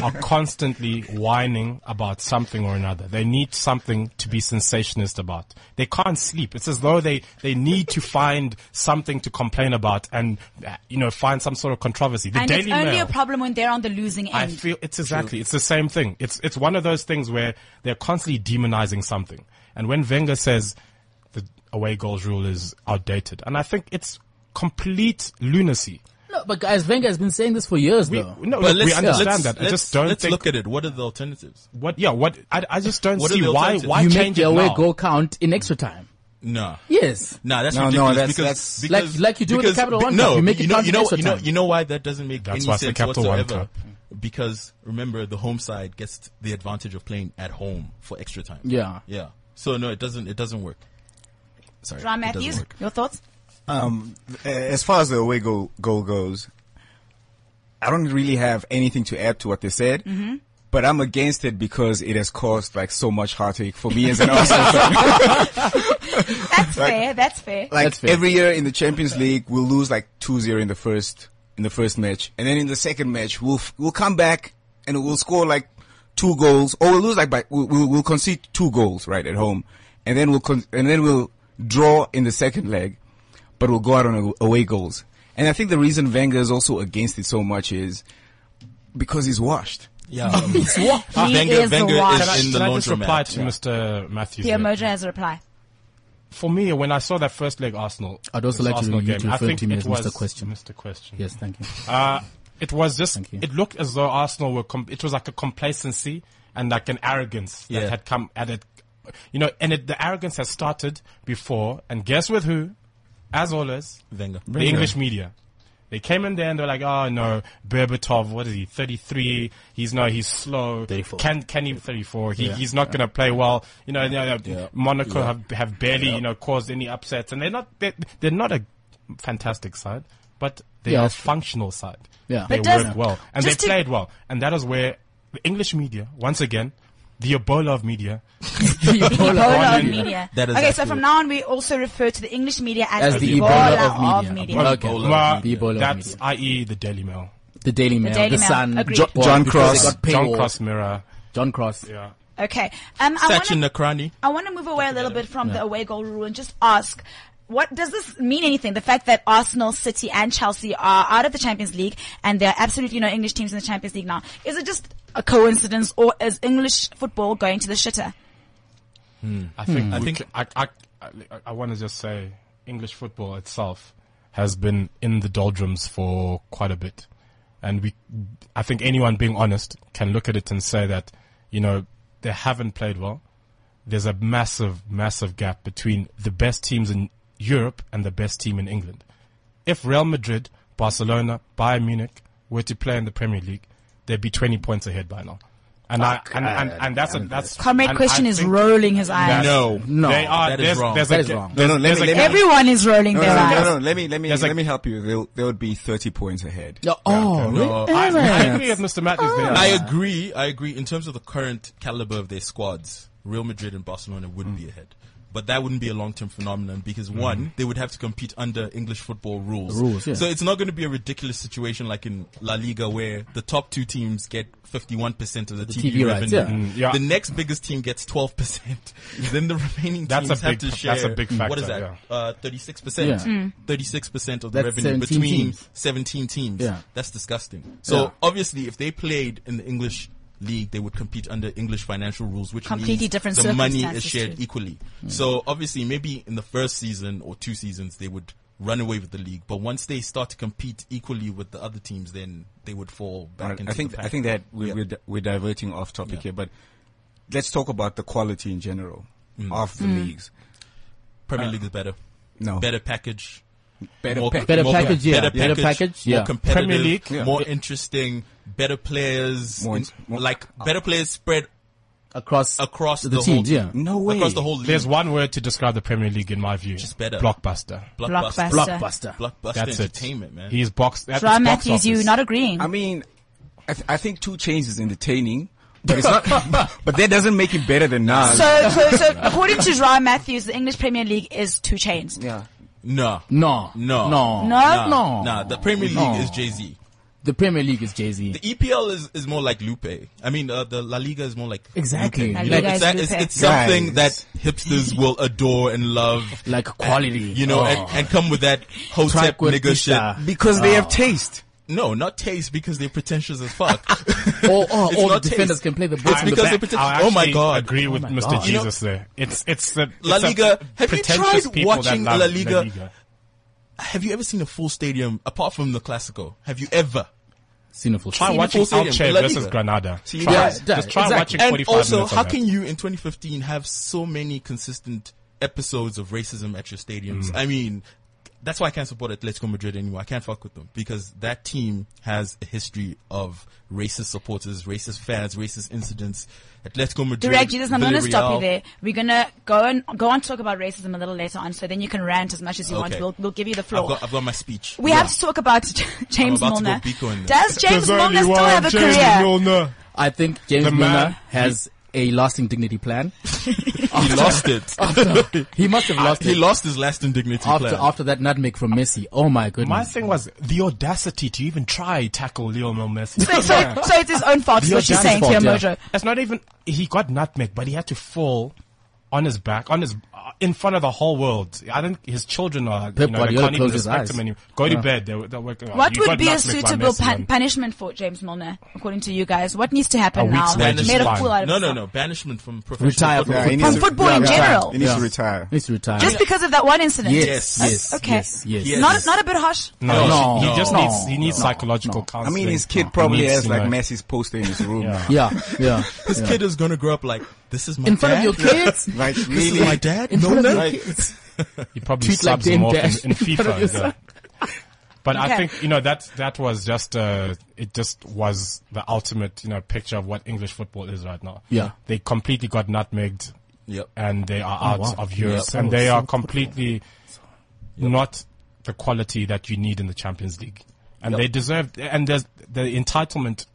are constantly whining about something or another. They need something to be sensationist about. They can't sleep. It's as though they, they need to find something to complain about and, uh, you know, find some sort of controversy. The And Daily it's only Mail. a problem when they're on the losing end. I feel it's exactly it's the same thing. It's it's one of those things where they're constantly demonizing something. And when Wenger says the away goals rule is outdated, and I think it's complete lunacy. No, but guys, Wenger has been saying this for years, We, though. no, But look, we let's, understand let's, that. I let's- just don't let's think look at it. What are the alternatives? what. Yeah, what I, I just don't What are see the why alternatives? why you make change the it away now? goal count in extra time. No. Yes. No, that's No, no, ridiculous. that's- because, that's- Like- because- like you do with the because- Capital be- One no, Cup, you make you it know, count you in know, extra you know, time. you know why that doesn't make That's why any it's the sense Capital One whatsoever. Cup. Because remember, the home side gets the advantage of playing at home for extra time. Yeah. yeah. So no, it doesn't. It doesn't work. Sorry, Ron it doesn't Matthews, work. your thoughts? Um, as far as the away goal, goal goes, I don't really have anything to add to what they said. But I'm against it because it has caused like so much heartache for me as an Arsenal fan. That's fair. That's fair. Like That's fair. every year in the Champions League, we'll lose like 2-0 in the first in the first match, and then in the second match, we'll f- we'll come back and we'll score like two goals, or we'll lose like by we'll, we'll we'll concede two goals right at home, and then we'll con- and then we'll draw in the second leg, but we'll go out on a- away goals. And I think the reason Wenger is also against it so much is because he's washed. Yeah, um, He Wenger- is Wenger the is one. Can I, in the can I just laundromat. reply to Yeah. Mr. Matthews? Theo there? Mojo has a reply. For me, when I saw that first leg Arsenal, I'd also this like to Arsenal you to game, I refer think to me it as Mr. was Question. Mr. Question. Yes, thank you. Uh, it was just, Thank you. it looked as though Arsenal were, com- it was like a complacency and like an arrogance that Yeah. had come at it. You know, and it, the arrogance has started before, and guess with who? As always, Wenger. the English media. They came in there and they're like, oh no, Berbatov, what is he, 33? He's no, he's slow. 34. Can, can he, 34? He, He's not going to play well. You know, no, no, Monaco have, have barely, you know, caused any upsets and they're not, they're, they're not a fantastic side, but they Yeah, are a that's true. functional side. Yeah. They But does- work well and they just to- played well. And that is where the English media, once again, the Ebola of media, Ebola, Ebola of of media. media. That is okay, so accurate. from now on, we also refer to the English media as, As the Ebola of media. Ebola. Okay. well, The Ebola of that's media. i.e. the Daily Mail. The Daily Mail, the, Daily Mail, Sun, agreed. Jo- Well, John because Cross. they got John paywall. Cross Mirror. John Cross. Yeah. Okay. Um, I wanna- Sachin Nakrani. I want to move away a little bit from the away goal rule and just ask what does this mean anything? The fact that Arsenal, City, and Chelsea are out of the Champions League and there are absolutely no English teams in the Champions League now. Is it just a coincidence, or is English football going to the shitter? I think I think I I, I, I want to just say English football itself has been in the doldrums for quite a bit, and we I think anyone being honest can look at it and say that you know they haven't played well. There's a massive massive gap between the best teams in Europe and the best team in England. If Real Madrid, Barcelona, Bayern Munich were to play in the Premier League, they'd be 20 points ahead by now. And I, and, and, and that's a, that's Comrade and Christian I is think- rolling his eyes. No, No, they are. that is there's, wrong. There's That a, is wrong. No, no, let there's me- a let me- gap. Everyone is rolling No, their no, no, eyes. no, no, let me, let me, There's let like- me help you. They'll, they'll be 30 points ahead. Yeah, oh, really? I, I Emirates. agree with Mr. Matthews there. I agree. I agree. In terms of the current caliber of their squads, Real Madrid and Barcelona would Mm. be ahead. But that wouldn't be a long-term phenomenon because one, they would have to compete under English football rules. Mm-hmm. Rules, yeah. So it's not going to be a ridiculous situation like in La Liga where the top two teams get 51% of the, TV, TV rights, revenue. yeah. Mm, yeah. The next biggest team gets 12%. then the remaining That's teams a have big- to that's share. a big What factor, is that? yeah. Uh, 36%. Yeah. 36% of the That's 17 revenue between teams. 17 teams. Yeah. That's disgusting. So Yeah. obviously, if they played in the English league, they would compete under English financial rules, which Completely means different the money is circumstances shared too. equally. So obviously, maybe in the first season or two seasons, they would run away with the league. But once they start to compete equally with the other teams, then they would fall back Alright, into I think the pack. I think that we, we're, di- we're diverting off topic here, but let's talk about the quality in general of the leagues. Premier League is better. No, Better package. better more, pack. Better package, yeah. Better Better package, package, more yeah. competitive, Premier League, yeah. more interesting, better players, More in- ins- more- like better players spread Across across the, the whole teams, yeah. No way. across the whole league. There's one word to describe the Premier League, in my view. Just better. Blockbuster. blockbuster, Blockbuster. blockbuster. blockbuster That's entertainment, it. man. He's box. That's Ra his box Matthews, you office. not agreeing? I mean, I, th- I think two chains is entertaining, but it's not. but that doesn't make it better than Nas. so, so, so according to Ra Matthews, the English Premier League is two chains. yeah, no, No, No. no, No? no. Nah, the Premier League No. is Jay Z. The Premier League is Jay Z. The EPL is, is more like Lupe. I mean, uh, the La Liga is more like Exactly. La You know, Liga Like, it's, is that, it's, Lupe. it's Guys. something that hipsters will adore and love. like quality. You know, Oh. and, and come with that hotep nigga Tranquilista. shit. Oh. because they have taste. No, not taste because they're pretentious as fuck. Or, or, or It's Oh, the not taste. defenders can play the ball It's in the I'm because back. they back. pretend- I Oh my actually God. Agree with my Mr. God. You know- Jesus there. It's it's the La it's a Liga- have you pretentious tried people that watching love La Liga? Have you ever seen a full stadium apart from the Classico? Have you ever? Seen a full Try shot. watching full stadium, Alche La versus Liga. Granada. See, Try- yeah, just try exactly. watching And 45 also, minutes. of how that. can you in 2015 have so many consistent episodes of racism at your Mm. stadiums? I mean, that's why I can't support Atletico Madrid anymore. I can't fuck with them because that team has a history of racist supporters, racist fans, racist incidents. Atletico Madrid. Direct Jesus, I'm going to stop you Villarreal. there. We're going to go and go on talk about racism a little later on, so then you can rant as much as you want. Okay. We'll, we'll give you the floor. I've got, I've got my speech. we have to talk about James I'm about to Milner. go Biko in this. Does James Milner still have a career? I think James The man- Milner has a lasting dignity plan. He lost it. He must have lost he it lost his last indignity after plan. after that nutmeg from Messi. Oh my goodness! My thing was the audacity to even try tackle Lionel Messi. So, so, so it's his own fault, is Your what you're dad's saying, fault, Kia yeah. Mojo. That's not even. He got nutmeg, but he had to fall on his back, on his uh, in front of the whole world. I don't. His children are. Pep you know, they Guardiola can't even closed his respect eyes. him anymore. Go to bed. They, were- they were working. What you would got be a nutmeg by suitable Messi, pun- man. punishment for James Milner, according to you guys? What needs to happen A now? week's Made wages. a fool out of no, no, himself. no. Banishment from professional Retire football. from Yeah, he football. needs From to- football yeah, in retire. general. He needs to Yeah. retire. He's retired. Just because of that one incident? Yes, Uh, yes, Okay. yes, yes. Yes. Not, not a bit harsh. No, No, he, no, he just no, needs he needs no, psychological no. I counseling. mean, his kid oh, He probably needs has to like know. Messi's poster in his room. now. yeah, yeah. His kid is gonna grow up like this is my in dad. front of your kids. Like This really, is my dad. In No, front of no. your Like- kids. He probably Tweet like subs him Dame off in, Dash in in front of your FIFA. yeah. son. But Okay. I think you know that that was just uh, it just was the ultimate you know picture of what English football is right now. Yeah. they completely got nutmegged, Yep. and they are out Oh, wow. of Europe, Yeah. and they So- are so completely not the quality that you need in the Champions League, and they deserve and there's the entitlement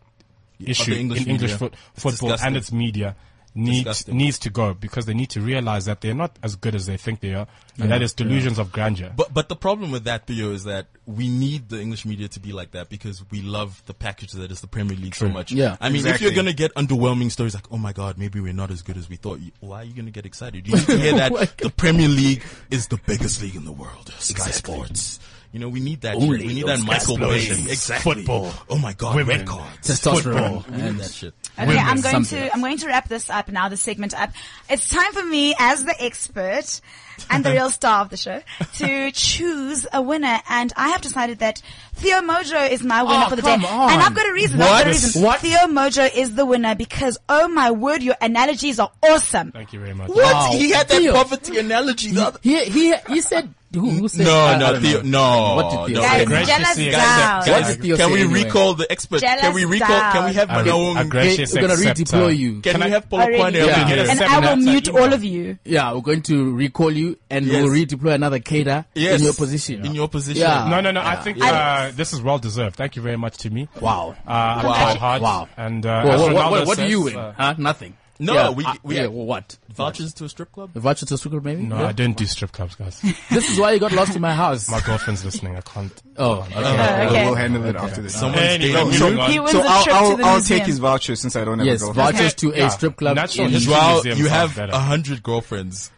issue English in English media. foot, It's football disgusting. and its media need, Disgusting. needs to go because they need to realize that they're not as good as they think they are, and that is delusions of grandeur. But but the problem with that, Theo, is that we need the English media to be like that because we love the package that is the Premier League so much. Yeah. I mean, Exactly. if you're gonna get underwhelming stories like, oh my god, maybe we're not as good as we thought, you, why are you gonna get excited? You need to hear Oh my that the Premier League is the biggest league in the world. Sky Sports. You know, we need that. shit. We need that Michael Bay. Exactly. Football. Oh my god, red cards. Testosterone. We need that shit. Okay, I'm going Something. to I'm going to wrap this up now, this segment up. It's time for me as the expert and the real star of the show to choose a winner, and I have decided that Theo Mojo is my winner Oh, for the come day. on. And I've got a reason. I've What? got a reason. What? Theo Mojo is the winner because oh my word, your analogies are awesome. Thank you very much. Wow. He had that Theo. poverty analogy. The other- He, he, he said, who, who said? No, I- I no, don't Theo- know. no, What did Theo say? no. Guys, Great to jealous see you. down. Guys, Guys, What did Theo can say we anyway? recall the expert? Can we Jealous recall? Can we down. have Manoa? Hey, Aggressive we're gonna acceptor. redeploy you. Can we have Paulo Already. Kwane? Yeah. up in here? And uh, Seven I will outside mute email. all of you. Yeah, we're going to recall you and Yes. we'll redeploy another cater Yes. in your position. In your position. Yeah. No, no, no. I think uh, this is well deserved. Thank you very much to me. Wow. Uh, I tried hard. Wow. And uh, Well, as what, what, Ronaldo what, what do says, you win? uh, huh? Nothing. No, Yeah, we- I- we- yeah, well, what? Vouchers to a strip club? A voucher to a secret, maybe? no, Yeah. I don't do strip clubs, guys. This is why you got lost in my house. My girlfriend's listening. I can't. Oh, okay. Uh, We'll- We'll okay. handle it after this. Someone's Anyway, dating moving you. on. He wins so a I'll, trip to I'll, the I'll museum. take his voucher since I don't have Yes, a girlfriend. vouchers to Yeah. a strip club. Natural in- history. Joao, museum you sounds have better. a hundred girlfriends.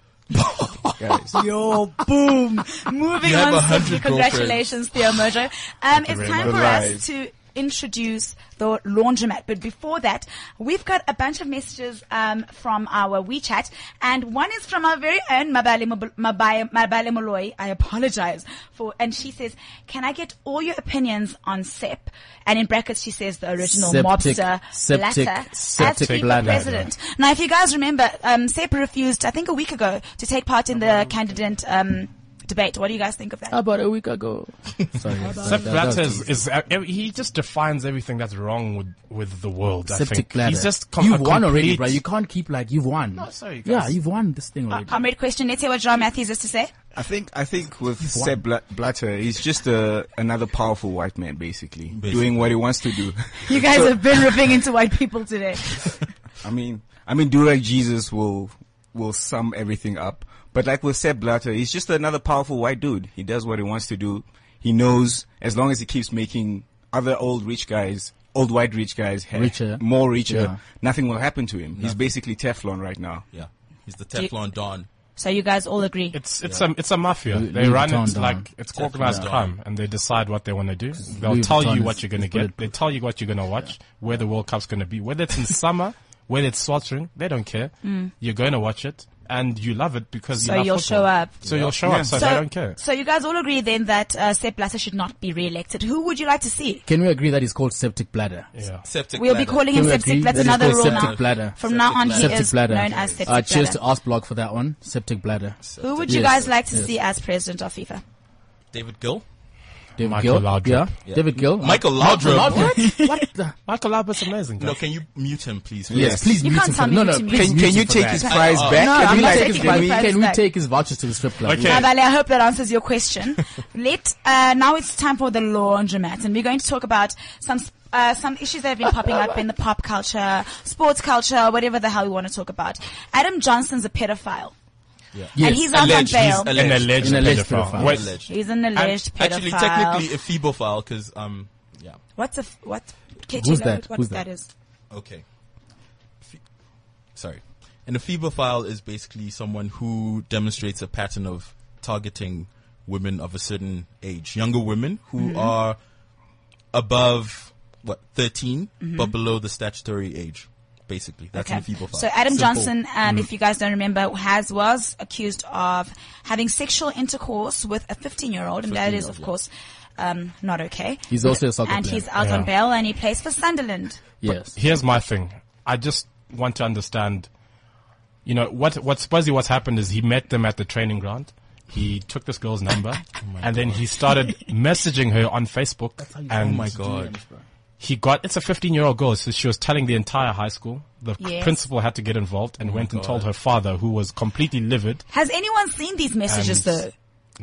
Yo, Oh, boom. Moving You have on 100 swiftly. girlfriends. Congratulations, Theo Mojo. Um, it's very time much. for Right. us to introduce the laundromat. But before that, we've got a bunch of messages um, from our WeChat. And one is from our very own Mabale Mob- Mabaya- Mabale Moloi. I apologize for. And she says, can I get all your opinions on SEP? And in brackets, she says the original Septic- mobster septic- blatter septic as FIFA bladder. president. Now, if you guys remember, um, SEP refused, I think a week ago, to take part in the candidate um, debate. What do you guys think of that? About a week ago. Sorry. sorry, Sepp that- Blatter that- is, is uh, ev- he just defines everything that's wrong with, with the world. I Septic think bladder. he's just com- you've a won already, complete- bro. You can't keep like you've won. No, sorry, guys. Yeah, you've won this thing already. Comrade question. Let's hear what John Matthews has to say. I think I think with Sepp Bla- Blatter, he's just a, another powerful white man, basically, doing what he wants to do. You guys have been ripping into white people today. I mean, I mean, Durag Jesus will will sum everything up. But like with Sepp Blatter, he's just another powerful white dude. He does what he wants to do. He knows as long as he keeps making other old rich guys, old white rich guys, ha- Richer. more richer, Yeah. nothing will happen to him. He's basically Teflon right now. Yeah. He's the Teflon Don. So you guys all agree. It's it's a it's a mafia. Louis They run Vuitton it down. like it's organized crime, and they decide what they want to do. They'll Louis tell Vuitton you is- what you're going to is get. They bulletproof. tell you what you're going to watch, where the World Cup's going to be, whether it's in summer, whether it's sweltering. They don't care. You're going to watch it, and you love it because Hmm. So you love you'll football. show up. So you'll show up. So, they don't care. so you guys all agree then that uh, Sepp Blatter should not be re-elected. Who would you like to see? Can we agree that he's called septic bladder? Yeah. Septic We'll be bladder. calling Can him we Septic. agree That's that he's another called rule septic now. bladder? From now on, he septic is bladder. known as Septic uh, cheers Bladder. to Ask Blog for that one. Septic bladder. Who would you Yes, guys like to see as president of FIFA? David Gill. David Michael Gill. Laudrup. Yeah. David Gill. Michael Laudrup. What? what the? Michael Abbott's amazing. Guys. No, can you mute him, please? Yes, please You mute can't him tell for- me No, who no, to mute. please Can, mute can him you for take that. his prize I- oh. back? No, Can I'm we, not like, taking can my we- prize Can we back. take his vouchers to the strip club? Okay. Mabale, Uh, I hope that answers your question. Let uh, now it's time for the laundromat, and we're going to talk about some uh, some issues that have been popping up in the pop culture, sports culture, whatever the hell we want to talk about. Adam Johnson's a pedophile, Yes. and he's out Alleged. on He's bail. alleged. an alleged, An alleged pedophile. pedophile. Wait, Alleged. he's an alleged pedophile. Actually, technically a phebophile because, um, yeah. what's a f- what? Can Who's you know that? What Who's that that? is? Okay. Phe- Sorry. And a phebophile is basically someone who demonstrates a pattern of targeting women of a certain age, younger women who Mm-hmm. are above what 13 but below the statutory age. Basically, that's an Mm-hmm. Okay. phebophile. So Adam Simple. Johnson, Mm-hmm. um, if you guys don't remember, has was accused of having sexual intercourse with a 15-year-old, and that is, 15-year-old, of yeah. course, um, not okay. He's also a soccer and player. he's out on Yeah. bail, and he plays for Sunderland. Yes. here's my thing. I just want to understand. You know what? What supposedly what's happened is he met them at the training ground. He took this girl's number, and then he started messaging her on Facebook. Oh and my god. he got it's a 15 year old girl so she was telling the entire high school the Yes. principal had to get involved and went and told her father who was completely livid Has anyone seen these messages And-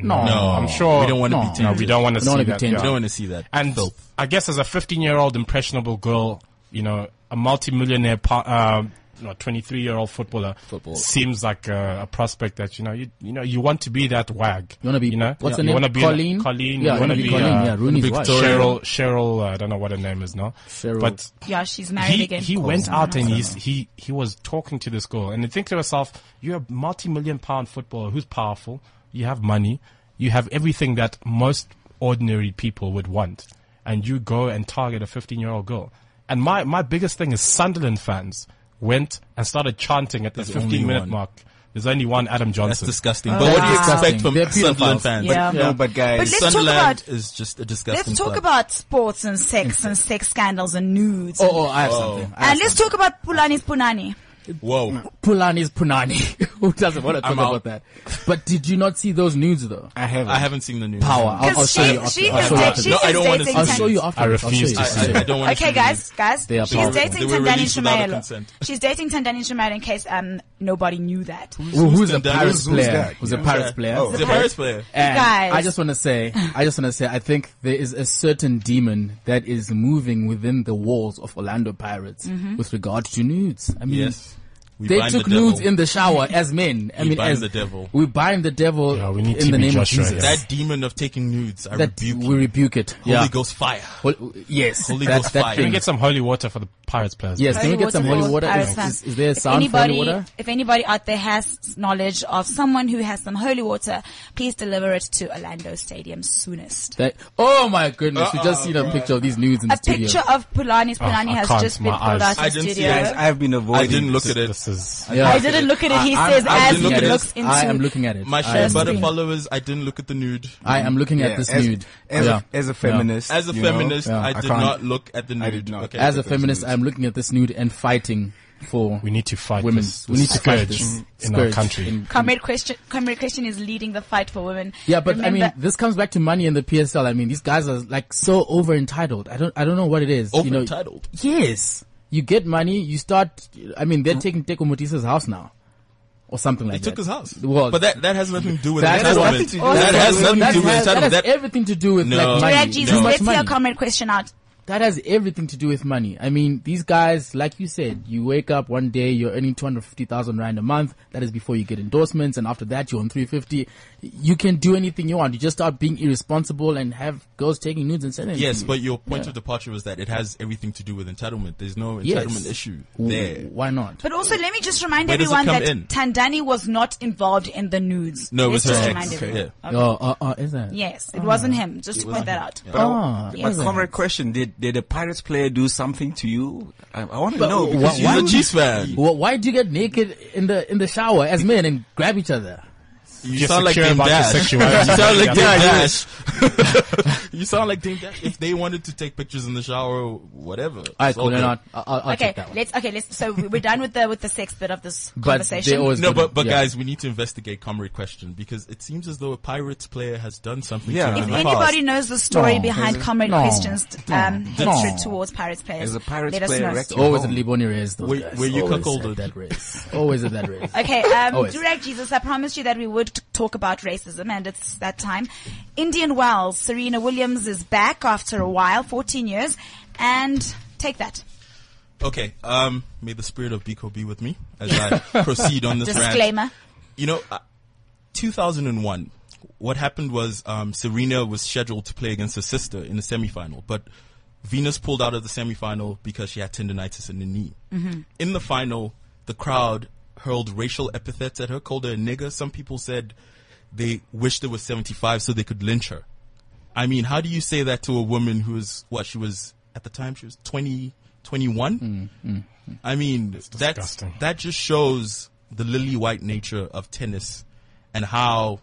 though? No. No, i'm sure we don't want to No. be no, tainted. we don't want to Don't wanna see be that tainted. We don't want to see that. and filth. i guess as a 15 year old impressionable girl you know a multimillionaire pa- uh, you know, 23 year old footballer seems like a, a prospect that, you know, you, you know, you want to be that wag. You want to be, you know, what's you her wanna name? be Colleen? Like Colleen. Yeah, you want to be, Colleen. uh, yeah, Rooney's wife. Cheryl, Cheryl, uh, I don't know what her name is now. Cheryl. But Yeah, she's married he, again. he went Oh, out and he's, he, he was talking to this girl and think to yourself, you're a multi-million pound footballer who's powerful. You have money. You have everything that most ordinary people would want. And you go and target a 15 year old girl. And my, my biggest thing is Sunderland fans went and started chanting at the There's only 15 minute one. mark. There's only one Adam That's Johnson. disgusting. but what do you disgusting. expect from They're pedophiles. Sunderland fans? Yeah. No, but But guys, let's talk Sunderland about- is just a disgusting. Let's talk club. about sports and sex and sex scandals and nudes. Oh, oh, I have something. I have and let's talk about Pulani's Punani. Whoa. Pulani's Punani. Who doesn't want to talk I'm about out. that? But did you not see those nudes though? I haven't. I haven't seen the news. Power. I'll, I'll Because show you she, after. she I'll show you after. is da- she's No, I don't wanna dating see I'll this. show Tandan- you after. I refuse I, to see I, I don't want to. Okay, guys, guys. They are She's powerful. They dating were Tandani released without a Shumaelo. consent. She's dating Tandani Shumaelo in case um nobody knew that. Who, who's the Who's that? Pirates Who's player? that? Who's the Pirates player? Oh. He's a Paris player. And Guys. I just want to say, I just want to say, I think there is a certain demon that is moving within the walls of Orlando Pirates with regard to nudes. I mean, Yes. We they bind took the devil. nudes in the shower as men. I We mean, bind as the devil. We bind the devil Yeah, we need in the TB name Joshua of here. Jesus. That demon of taking nudes, I That rebuke we you. rebuke it. Holy yeah. Ghost fire. Hol- yes. Holy that, Ghost that fire. Can thing. we get some holy water for the Pirates players? yes. Can we get some holy for water? Paris Is, is, fans. is there a If sound for holy anybody- water? If anybody out there has knowledge of someone who has some holy water, please deliver it to Orlando Stadium soonest. That, oh my goodness! we just seen a picture of these nudes in the A studio. Oh, picture of Pulani's Pulani I has can't, just been my pulled out eyes. of I the didn't see studio. it. guys, I've been avoiding. I didn't look this. at it. This is, Yeah. I didn't look at it. He I- I'm- says I'm as looking he at it. looks into. I am looking at it. My I share am butter screen. followers, I didn't look at the nude. I am looking Yeah, at this as, nude. As, Yeah. a, as a feminist, As a you know, feminist, yeah, I I did can't- not look at the nude. I did not. Okay. Yeah, As a but there's feminist, nudes. I'm looking at this nude and fighting for we need to fight women. this, we need to fight scourge this in our scourge country. in- Comrade Christian, Comrade Christian is leading the fight for women. yeah, but I mean, Remember- this comes back to money and the PSL. I mean, these guys are like so over entitled. I don't, I don't know what it is. You know, Over-entitled? Yes, you get money, you start. I mean, they're taking Teko Motisa's house now, or something They like that. took his house. Well, but that, that has nothing to do with That has entitlement. nothing to do That with has entitlement. nothing that to do with has, that entitlement. has That- everything to do with No. like, money. Brad Jesus, Too much let's hear money. Comrade Christian out. that has everything to do with money. I mean, these guys, like you said, you wake up one day, you're earning 250,000 rand a month. That is before you get endorsements. And after that, you're on 350. You can do anything you want. You just start being irresponsible and have girls taking nudes and sending them Yes, to you. but your point of departure was that it has everything to do with entitlement. There's no entitlement Yes. issue W- there. Why not? But also, let me just remind Where does it everyone come that in? Tandani was not involved in the nudes. No, it Let's was her just ex. remind Okay. everyone. Yeah. Oh, oh, oh, is that? Yes, it wasn't him. Just to point that out. But, I- Ah, but yes. comrade question: Did did a Pirates player do something to you? I, I want to But know wh- because why you She's a Chiefs fan. Well, why do you get naked in the, in the shower as men and grab each other? You You're sound like secure Dame about your Dash. You sexuality. sound like Dame Yeah. Dash. You sound like Dame Dash. If they wanted to take pictures in the shower, whatever. All right, It's cool. good. They're not. I'll, I'll I'll Okay, check that one. let's. Okay, let's. So we- we're done with the with the sex bit of this But they conversation. always No, go to- but but yeah. guys, we need to investigate comrade question because it seems as though a pirates player has done something. Yeah. to him If if in the anybody past. knows the story No. behind Comrade No. Christian's um, No. hatred towards Pirates players, Is a Pirates let us player know. wrecked It's always Your at Liboni Reyes, those Were- guys. were you always cuckolded? at that race. Always at that race. Okay, um, Always. Durag Jesus, I promised you that we would talk about racism, and it's that time. Indian Wells, Serena Williams is back after a while, 14 years, and take that. Okay. Um, may the spirit of Biko be with me as I proceed on this rant. Disclaimer. You know, uh, 2001. What happened was um, Serena was scheduled to play against her sister in the semifinal, but Venus pulled out of the semifinal because she had tendonitis in the knee. In the final, the crowd hurled racial epithets at her, called her a nigger. Some people said they wished it was 75 so they could lynch her. I mean, how do you say that to a woman who is what she was at the time? She was 20, 21. I mean, that's, disgusting. that just shows the lily white nature of tennis and how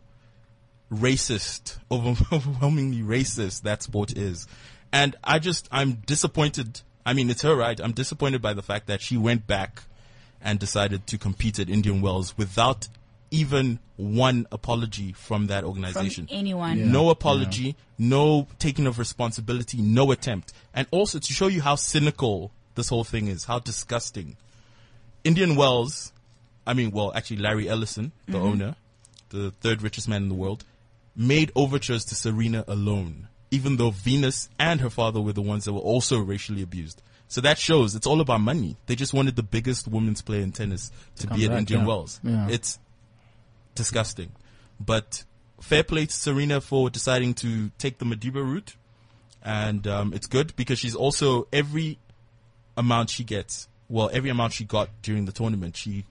racist, over- overwhelmingly racist that sport is. And I just, I'm disappointed. I mean, it's her right. I'm disappointed by the fact that she went back and decided to compete at Indian Wells without even one apology from that organization. anyone. Yeah. No apology, no taking of responsibility, no attempt. And also to show you how cynical this whole thing is, how disgusting. Indian Wells, I mean, well, actually, Larry Ellison, the owner, the third richest man in the world, made overtures to Serena alone, even though Venus and her father were the ones that were also racially abused. So that shows it's all about money. They just wanted the biggest women's player in tennis to come be at back, Indian yeah. Wells. Yeah. It's disgusting. But fair play to Serena for deciding to take the Madiba route. And um, it's good because she's also every amount she gets, well, every amount she got during the tournament, she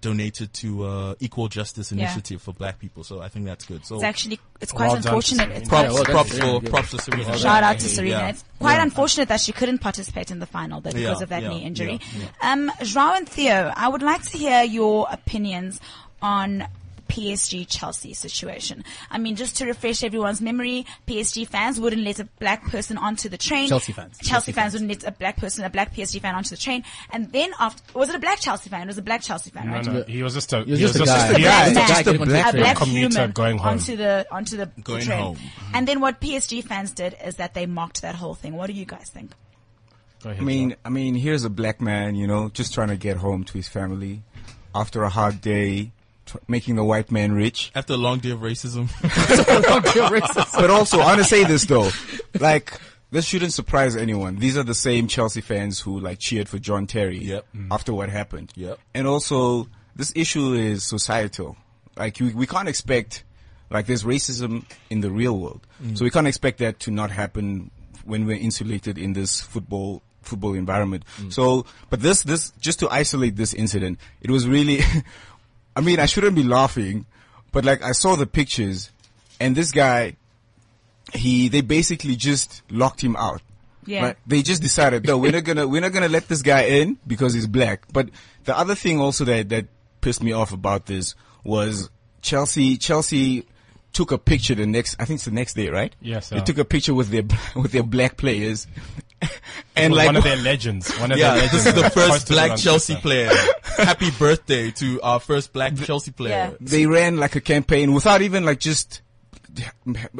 donated to uh, Equal Justice Yeah. Initiative for Black people. So I think that's good. So It's actually it's quite Well done to unfortunate. Serena. It's props, Yeah, well, that's props really for good. props for Serena. Shout out to Serena. Yeah. It's quite unfortunate that she couldn't participate in the final but because Yeah, of that yeah, knee injury. yeah, Um, Joao and Theo, I would like to hear your opinions on PSG Chelsea situation. I mean, just to refresh everyone's memory, PSG fans wouldn't let a black person onto the train. Chelsea fans. Chelsea, fans, wouldn't let a black person, a black PSG fan onto the train. And then after, was it a black Chelsea fan? It was a black Chelsea fan, No, right? no, he was just a, he was was just a guy. a- yeah, black just man, a black a black commuter human going home. onto the onto the Going train. home. And then what PSG fans did is that they mocked that whole thing. What do you guys think? Go ahead, I mean, I mean, here's a black man, you know, just trying to get home to his family after a hard day, tr- making the white man rich. After a long day of racism, But also, I want to say this though, like. This shouldn't surprise anyone. These are the same Chelsea fans who like cheered for John Terry Yep. after what happened. Yep. And also, this issue is societal. Like you, we can't expect, like there's racism in the real world. So we can't expect that to not happen when we're insulated in this football, football environment. So, but this, this, just to isolate this incident, it was really, I mean, I shouldn't be laughing, but like I saw the pictures and this guy, he, they basically just locked him out. Yeah. Right? They just decided, no, we're not gonna, we're not gonna let this guy in because he's black. But the other thing also that, that pissed me off about this was Chelsea, Chelsea took a picture the next, I think it's the next day, right? Yes, They yeah. took a picture with their, with their black players. It and was like, one of their legends. One of yeah, their legends. this is the that first posted black on Chelsea Twitter. player. Happy birthday to our first black Chelsea player. they ran like a campaign without even like just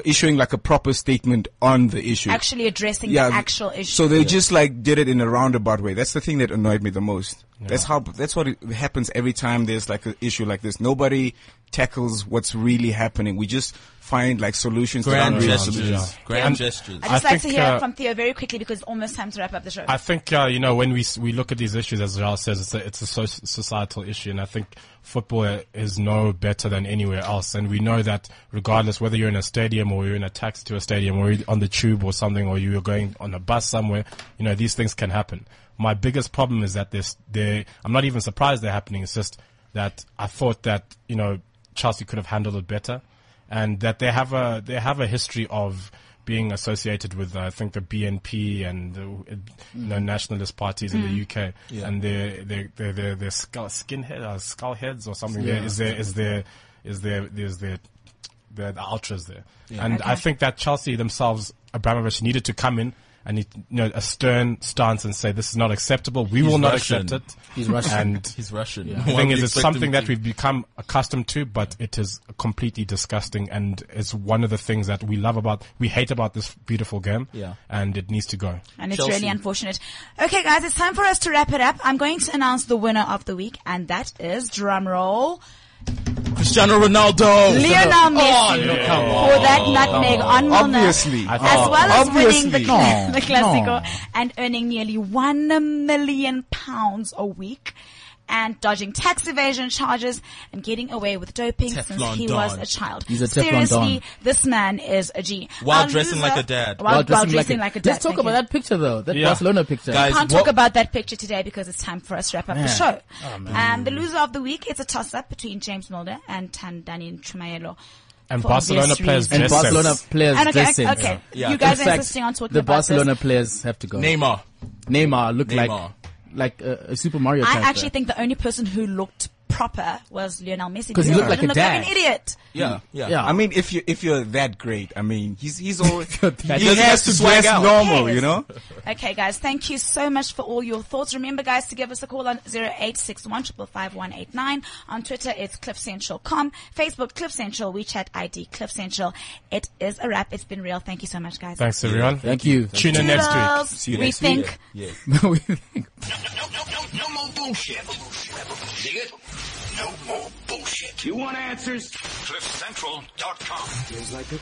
issuing like a proper statement on the issue. Actually addressing the actual issue. So they just like did it in a roundabout way. That's the thing that annoyed me the most. That's how, that's what it happens every time there's like an issue like this. Nobody tackles what's really happening. We just find like solutions. that Grand aren't really gestures. solutions. Grand And- gestures. I'd just I like think, to hear uh, from Theo very quickly because it's almost time to wrap up the show. I think uh, you know when we s- we look at these issues, as Ralph says, it's a, it's a so- societal issue, and I think football is no better than anywhere else. And we know that regardless whether you're in a stadium or you're in a taxi to a stadium or you're on the tube or something, or you're going on a bus somewhere, you know these things can happen. My biggest problem is that this they I'm not even surprised they're happening. It's just that I thought that you know Chelsea could have handled it better and that they have a they have a history of being associated with uh, I think the BNP and the uh, you Mm-hmm. know, nationalist parties in the UK and their their their their, their skull skinhead uh, skullheads or something there is there is there is there is there the, the ultras there and I think that Chelsea themselves Abramovich needed to come in and he, you know a stern stance and say this is not acceptable we will not Russian. accept it He's Russian. and He's Russian. the thing is, it's something that we've become accustomed to, but it is completely disgusting, and it's one of the things that we love about, we hate about this beautiful game. Yeah. and it needs to go. and it's Chelsea. really unfortunate. Okay, guys, it's time for us to wrap it up. I'm going to announce the winner of the week, and that is drumroll Cristiano Ronaldo. Lionel Oh, Messi for that nutmeg on Milner, Obviously. as well Oh, as winning Obviously. the, No, the no. Classico and earning nearly one million pounds a week. And dodging tax evasion charges and getting away with doping since Teflon he Don. was a child. He's a Teflon Seriously, Don. this man is a G. While Our dressing like a dad. While, while dressing, like, a dad. Let's talk thank about you. that picture though. That Yeah. Barcelona picture. Guys, Can't what- talk about that picture today because it's time for us to wrap up the Man. show. um, the loser of the week is a toss-up betmayeen James Mulder and Tandani Trumayelo. And For Barcelona obvious players reasons. and dress Barcelona sense. players. And okay, dress okay, sense. Yeah. you In guys are fact, insisting on talking The about Barcelona this. players have to go. Neymar. Neymar looked Neymar. like like a, a Super Mario I character. actually think the only person who looked proper was Lionel Messi 'Cause he looked like a didn't look dad. like an idiot. Yeah, yeah. Yeah. I mean, if you, if you're that great, I mean, he's, he's always, he That doesn't have has to to swag dress out. normal, you Yes. know? Okay, guys, thank you so much for all your thoughts. Remember, guys, to give us a call on 0861555189. On Twitter, it's cliffcentral.com. Facebook, Cliff Central. WeChat ID, Cliff Central. It is a wrap. It's been real. Thank you so much, guys. Thanks everyone. Thank you. Tune in next week. Toodles. See you we next week. think. No, we think- No, no, no, no more bullshit. Dig it? No more bullshit. You want answers? CliffCentral.com. Feels like a